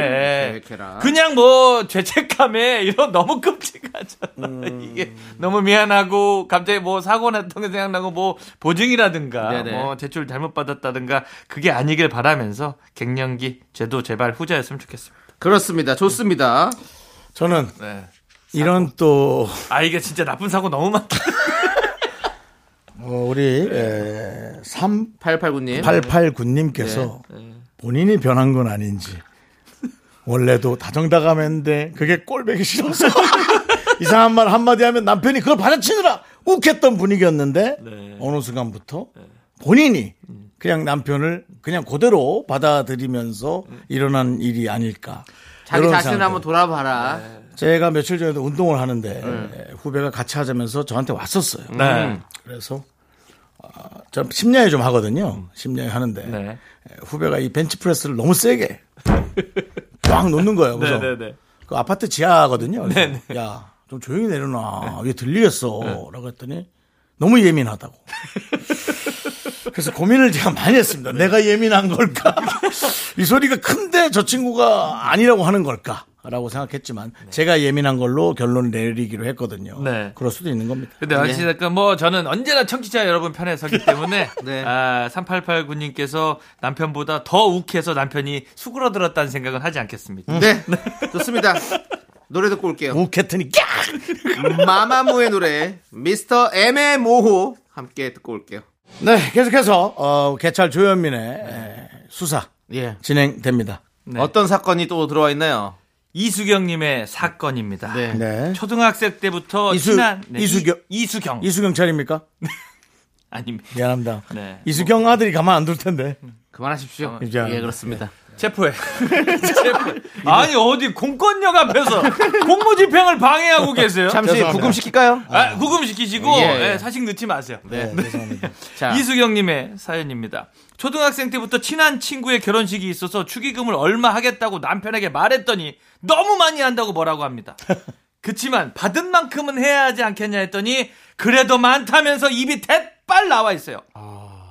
H: 예.
C: 계획해라.
H: 그냥 뭐 죄책감에 이런 너무 끔찍하잖아. 요
B: 음.
H: 이게 너무 미안하고 갑자기 뭐 사고 났던 게 생각나고 뭐 보증이라든가
C: 네네.
H: 뭐 대출 잘못 받았다든가 그게 아니길 바라면서 갱년기 제도 제발 후자였으면 좋겠습니다.
C: 그렇습니다. 좋습니다.
B: 저는
H: 네.
B: 이런 또
H: 아 이게 진짜 나쁜 사고 너무 많다.
B: 어, 우리 에,
C: 8889님.
B: 3889님께서 본인이 변한 건 아닌지 원래도 다정다감했는데 그게 꼴배기 싫어서 이상한 말 한마디 하면 남편이 그걸 받아치느라 욱했던 분위기였는데 어느 순간부터 본인이 그냥 남편을 그냥 그대로 받아들이면서 일어난 일이 아닐까
C: 자기
B: 이런
C: 자신을
B: 생각을.
C: 한번 돌아봐라.
B: 제가 며칠 전에도 운동을 하면서 운동을 하는데 후배가 같이 하자면서 저한테 왔었어요. 음. 그래서 저 심야에 좀 하거든요. 심야에 하는데 예,
H: 네.
B: 후배가 이 벤치프레스를 너무 세게 꽝 놓는 거예요. 그래서
H: 네네네.
B: 그 아파트 지하거든요. 그래서
H: 네,
B: 야, 좀 조용히 내려놔. 이게 들리겠어. 라고 했더니 너무 예민하다고. 그래서 고민을 제가 많이 했습니다.
H: 네.
B: 내가 예민한 걸까? 이 소리가 큰데 저 친구가 아니라고 하는 걸까? 라고 생각했지만 제가 예민한 걸로 결론을 내리기로 했거든요.
H: 네.
B: 그럴 수도 있는 겁니다. 예.
H: 근데 어찌됐건 뭐 저는 언제나 청취자 여러분 편에 서기 때문에
C: 네.
H: 아, 3889님께서 남편보다 더 욱해서 남편이 수그러들었다는 생각은 하지 않겠습니다.
B: 음.
C: 네. 뭐? 좋습니다. 노래 듣고 올게요.
B: 우케트니 깍!
C: 마마무의 노래 미스터 M의 모호 함께 듣고 올게요.
B: 네, 계속해서 어, 개찰 조현민의 에, 수사
C: 예.
B: 진행됩니다.
H: 네.
C: 어떤 사건이 또 들어와 있나요?
H: 이수경님의 사건입니다.
C: 네.
B: 네.
H: 초등학생 때부터
B: 이수-
H: 친한 네,
B: 이수경.
H: 이, 수경
B: 이수경찰입니까?
H: 아니
B: 미안합니다.
H: 네.
B: 이수경 아들이 가만 안 둘 텐데.
C: 그만하십시오.
B: 이제 안
C: 예, 그렇습니다.
H: 체포해. 체포해. 아니 어디 공권력 앞에서 공무집행을 방해하고 계세요?
C: 잠시 부금시킬까요?
H: 아, 구금 시키시고
C: 예, 예.
H: 사식 넣지 마세요.
C: 네. 자,
H: 이수경님의 사연입니다. 초등학생 때부터 친한 친구의 결혼식이 있어서 축의금을 얼마 하겠다고 남편에게 말했더니 너무 많이 한다고 뭐라고 합니다. 그치만 받은 만큼은 해야 하지 않겠냐 했더니 그래도 많다면서 입이 대빨 나와 있어요.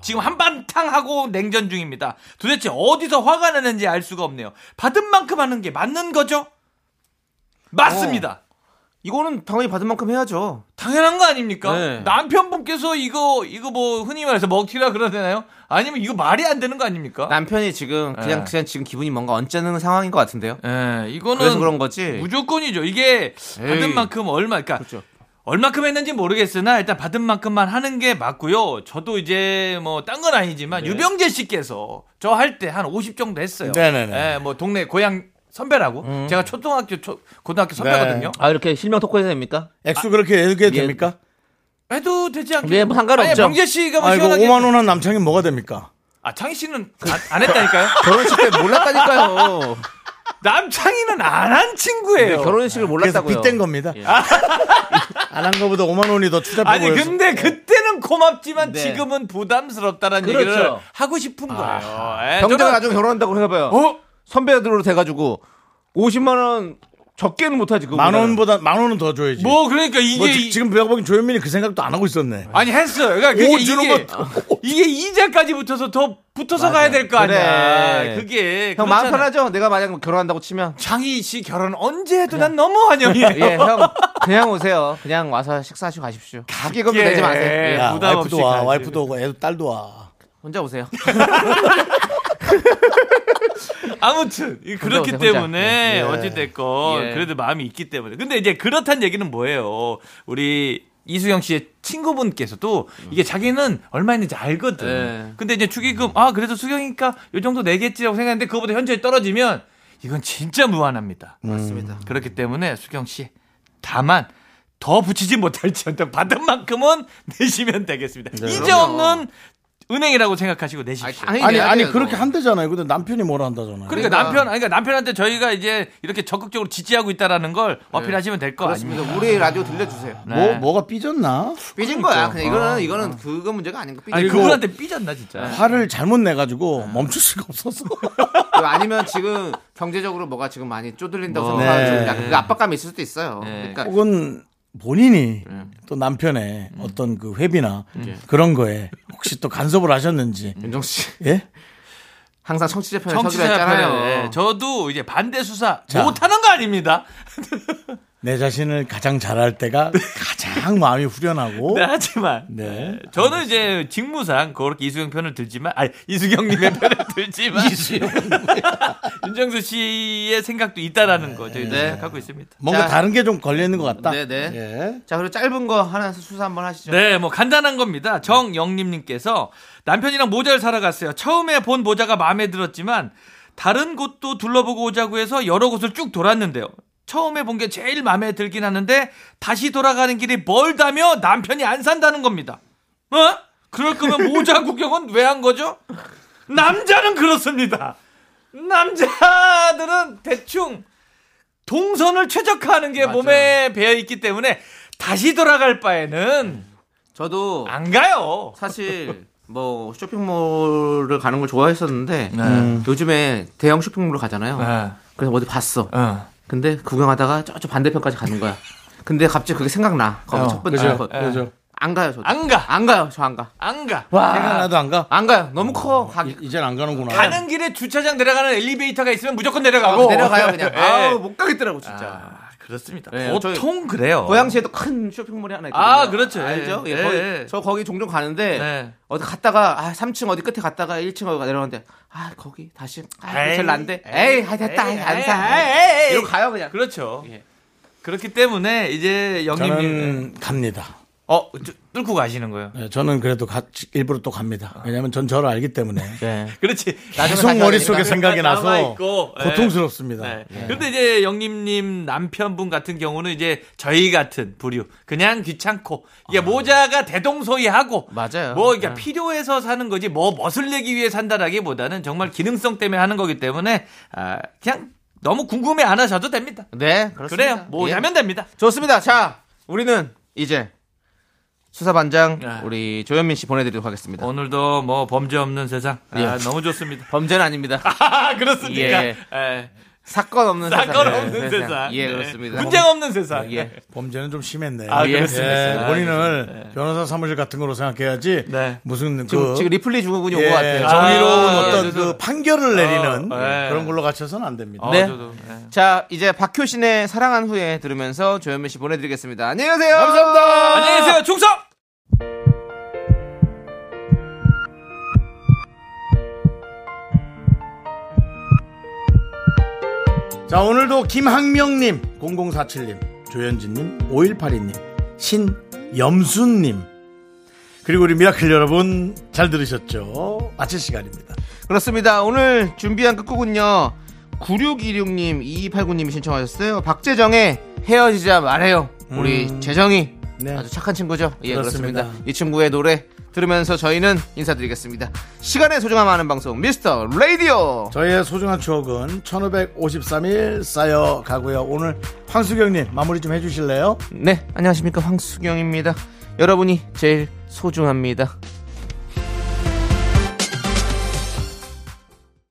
H: 지금 한밤탕 하고 냉전 중입니다. 도대체 어디서 화가 나는지 알 수가 없네요. 받은 만큼 하는 게 맞는 거죠? 맞습니다.
C: 이거는 당연히 받은 만큼 해야죠.
H: 당연한 거 아닙니까?
C: 네.
H: 남편분께서 이거 이거 뭐 흔히 말해서 먹튀라 그러잖아요. 아니면 이거 말이 안 되는 거 아닙니까?
C: 남편이 지금 그냥
H: 예.
C: 그냥 지금 기분이 뭔가 언짢은 상황인 것 같은데요.
H: 예, 이거는
C: 그래서 그런 거지.
H: 무조건이죠. 이게
C: 에이.
H: 받은 만큼 얼마, 그러니까
C: 그렇죠.
H: 얼마큼 했는지 모르겠으나 일단 받은 만큼만 하는 게 맞고요. 저도 이제 뭐 딴 건 아니지만
C: 네.
H: 유병재 씨께서 저 할 때 한 50 정도 했어요.
B: 네네네.
H: 예, 뭐 동네 고향 선배라고
C: 음.
H: 제가 초등학교 초, 고등학교 선배거든요.
C: 아 이렇게 실명 토크해도 됩니까?
B: 액수 그렇게 얘기해도 됩니까?
H: 해도 되지 않겠
C: 네, 뭐 상관없죠.
H: 아니, 병재 씨가 뭐
B: 아이고,
H: 시원하게
B: 5만원 한 남창이 뭐가 됩니까?
H: 아 창희 씨는 안, 안 했다니까요.
C: 결혼식 때 몰랐다니까요.
H: 남창희는 안 한 친구예요.
B: 그래서
C: 결혼식을 몰랐다고요.
B: 빚된 겁니다. 아, 안 한 거보다 5만원이 더 투자비
H: 아니
B: 보여서.
H: 근데 그때는 고맙지만
C: 네.
H: 지금은 부담스럽다는
C: 그렇죠.
H: 얘기를 하고 싶은 거예요. 예,
C: 병자가
H: 저는-
C: 나중에 결혼한다고 해봐요.
H: 어?
C: 선배들로 돼가지고 50만 원 적게는 못하지. 그거보다는.
B: 만원보다, 만원은 더 줘야지.
H: 뭐 그러니까 이게
B: 뭐
H: 이-
B: 지- 지금 내가 보기엔 조현민이 그 생각도 안 하고 있었네.
H: 아니 했어요. 그러니까 그게
B: 오, 주는
H: 이게 이게 이자까지 붙어서 더 붙어서 가야 될 거 아니야.
C: 그래.
H: 그게
C: 형 마음
H: 그렇잖아.
C: 편하죠? 내가 만약 결혼한다고 치면
H: 창희 씨 결혼 언제 해도 난 너무 환영이에요.
C: 예, 형 그냥 오세요. 그냥 와서 식사하시고 가십시오. 가게금도
H: 예.
C: 내지 마세요. 예.
B: 야,
H: 부담
B: 와이프도
H: 없이
B: 와,
H: 가야지.
B: 와이프도 오고, 애도 딸도 와.
C: 혼자 오세요.
H: 아무튼 이- 그렇기
C: 혼자 오세요,
H: 때문에
C: 혼자.
H: 어찌됐건
C: 예.
H: 그래도 마음이 있기 때문에 근데 이제 그렇다는 얘기는 뭐예요 우리 이수영 씨의 친구분께서도 이게 자기는 얼마 있는지 알거든
C: 음. 예.
H: 근데 이제 축의금 아 그래도 수경이니까 요 정도 내겠지라고 생각했는데 그거보다 현저히 떨어지면 이건 진짜 무한합니다
C: 음. 맞습니다.
H: 그렇기 때문에 수경 씨 다만 더 붙이지 못할지언정 받은 만큼은 내시면 되겠습니다
C: 네,
H: 이제 없는 은행이라고 생각하시고 내십시오
C: 당연히
B: 아니,
C: 내야
B: 아니,
C: 돼요,
B: 그렇게
C: 그거.
B: 한대잖아요. 근데 남편이 뭐라 한다잖아요.
H: 그러니까,
C: 그러니까.
H: 남편 아니, 그러니까 남편한테 저희가 이제 이렇게 적극적으로 지지하고 있다라는 걸 어필하시면 될 거 아닙니까?
C: 그렇습니다. 우리 라디오 들려주세요.
B: 뭐, 뭐가 삐졌나?
C: 삐진 거야. 네. 그냥 이거는 이거는 그거 문제가 아. 아닌 거 삐진
H: 아니
C: 거.
H: 그분한테 삐졌나 진짜.
B: 화를 잘못 내가지고 멈출 수가 없었어.
C: 그거 아니면 지금 경제적으로 뭐가 지금 많이 쪼들린다고 생각하는
B: 네.
C: 좀 약간 그 압박감이 있을 수도 있어요.
H: 네.
C: 그러니까
B: 혹은 본인이
C: 예.
B: 또 남편의
C: 음.
B: 어떤 그 회비나 그런 거에 혹시 또 간섭을 하셨는지
C: 윤정수 씨
B: 예?
C: 항상 청취자 편에 서기로
H: 청취자
C: 했잖아요. 네.
H: 편에 네, 저도 이제 반대 수사
B: 자.
H: 못하는 거 아닙니다.
B: 내 자신을 가장 잘할 때가 가장 마음이 후련하고
H: 네, 하지만
B: 네.
H: 저는 이제 직무상 그렇게 이수경 편을 들지만 아니 이수경님의 편을 들지만 윤정수 씨의 생각도 있다라는 거 저희도 생각하고 있습니다.
B: 뭔가
C: 자.
B: 다른 게 좀 걸려 있는 것 같다.
C: 네네.
B: 예.
C: 자 그리고 짧은 거 하나 수사 한번 하시죠.
H: 네, 뭐 간단한 겁니다. 정영림님께서 남편이랑 모자를 사러 갔어요. 처음에 본 모자가 마음에 들었지만 다른 곳도 둘러보고 오자고 해서 여러 곳을 쭉 돌았는데요. 처음에 본 게 제일 마음에 들긴 하는데 다시 돌아가는 길이 멀다며 남편이 안 산다는 겁니다. 어? 그럴 거면 모자 구경은 왜 한 거죠? 남자는 그렇습니다. 남자들은 대충 동선을 최적화하는 게 몸에 배어 있기 때문에 다시 돌아갈 바에는
C: 저도
H: 안 가요.
C: 사실 뭐 쇼핑몰을 가는 걸 좋아했었는데
H: 네.
C: 음, 요즘에 대형 쇼핑몰로 가잖아요. 그래서 어디 봤어.
H: 어.
C: 근데 구경하다가 저쪽 반대편까지 가는 거야. 근데 갑자기 그게 생각나. 거기 첫 번째 거.
H: 어, 그죠.
C: 안 가요, 저도.
H: 안 가. 어.
C: 안 가요, 저 안 가.
H: 안 가.
D: 생각나도 안 가?
C: 안 가요. 너무 커. 가기.
D: 이- 이젠 안 가는구나.
H: 가는 길에 주차장 내려가는 엘리베이터가 있으면 무조건 내려가고
C: 어, 내려가요, 그냥.
H: 예.
C: 아우, 못 가겠더라고, 진짜.
H: 아, 그렇습니다.
C: 네,
H: 보통 그래요.
C: 고양시에도 큰 쇼핑몰이 하나 있거든요.
H: 아, 그렇죠.
C: 알죠?
H: 예,
C: 예, 거기-
H: 예.
C: 저 거기 종종 가는데
H: 네.
C: 어디 갔다가 아, 3층 어디 끝에 갔다가 1층 으로 내려오는데 아, 거기 다시 아, 그거
H: 에이,
C: 제일 난데.
H: 에이,
C: 에이, 아, 됐다.
H: 에이,
C: 안
H: 에이,
C: 사.
H: 에이.
C: 이러고 가요, 그냥.
H: 그렇죠. 그렇기 때문에 이제 영님님 네.
D: 저는 갑니다.
H: 어 저- 뚫고 가시는 거예요.
D: 네, 저는 그래도 가- 일부러 또 갑니다. 왜냐면 전 저를 알기 때문에
H: 그렇지.
D: 계속 머릿속에 생각이
H: 남아
D: 나서
H: 있고, 예.
D: 고통스럽습니다.
H: 네. 근데 이제 영림님 남편분 같은 경우는 이제 저희 같은 부류 그냥 귀찮고 이게 모자가 대동소이하고
C: 맞아요.
H: 뭐 그러니까
C: 네.
H: 필요해서 사는 거지 뭐 멋을 내기 위해 산다라기보다는 정말 기능성 때문에 하는 거기 때문에 아, 그냥 너무 궁금해 안 하셔도 됩니다.
C: 네, 그렇습니다.
H: 그래요. 모자면 됩니다.
C: 좋습니다. 자, 우리는 이제 수사반장
H: 네.
C: 우리 조현민 씨 보내드리도록 하겠습니다.
H: 오늘도 뭐 범죄 없는 세상 아,
C: 예.
H: 너무 좋습니다.
C: 범죄는 아닙니다.
H: 아 그렇습니까?
C: 예.
H: 예.
C: 사건 없는 세상.
H: 사건
C: 네,
H: 없는 세상.
C: 예,
H: 네.
C: 그렇습니다.
H: 분쟁 없는 세상.
C: 예.
D: 범죄는 좀 심했네.
H: 아,
C: 예.
H: 그렇습니다.
D: 예, 본인을 변호사 사무실 같은 거로 생각해야지
H: 네.
D: 무슨
C: 지금,
D: 그
C: 지금 리플리 주군이
D: 예,
C: 온것 같아요.
D: 정의로운
H: 아,
D: 어떤
H: 예,
D: 그 판결을 내리는
H: 예.
D: 그런 걸로 갇혀서는 안 됩니다.
H: 어,
C: 네.
H: 저도, 예.
C: 자, 이제 박효신의 사랑한 후에 들으면서 조현민 씨 보내드리겠습니다. 안녕히 가세요. 감사합니다.
H: 안녕히 계세요. 충성. 어.
D: 자 오늘도 김학명님, 0047님, 조현진님, 5182님, 신염순님 그리고 우리 미라클 여러분 잘 들으셨죠? 마칠 시간입니다.
C: 그렇습니다. 오늘 준비한 끝곡은요. 9616님, 2289님이 신청하셨어요. 박재정의 헤어지자 말해요. 우리 재정이
D: 네.
C: 아주 착한 친구죠. 예, 음. 그렇습니다.
D: 그렇습니다.
C: 이 친구의 노래 들으면서 저희는 인사드리겠습니다. 시간의 소중함 아는 방송 미스터 라디오.
D: 저희의 소중한 추억은 1553일 쌓여 가고요. 오늘 황수경님 마무리 좀 해주실래요?
C: 네, 안녕하십니까 황수경입니다. 여러분이 제일 소중합니다.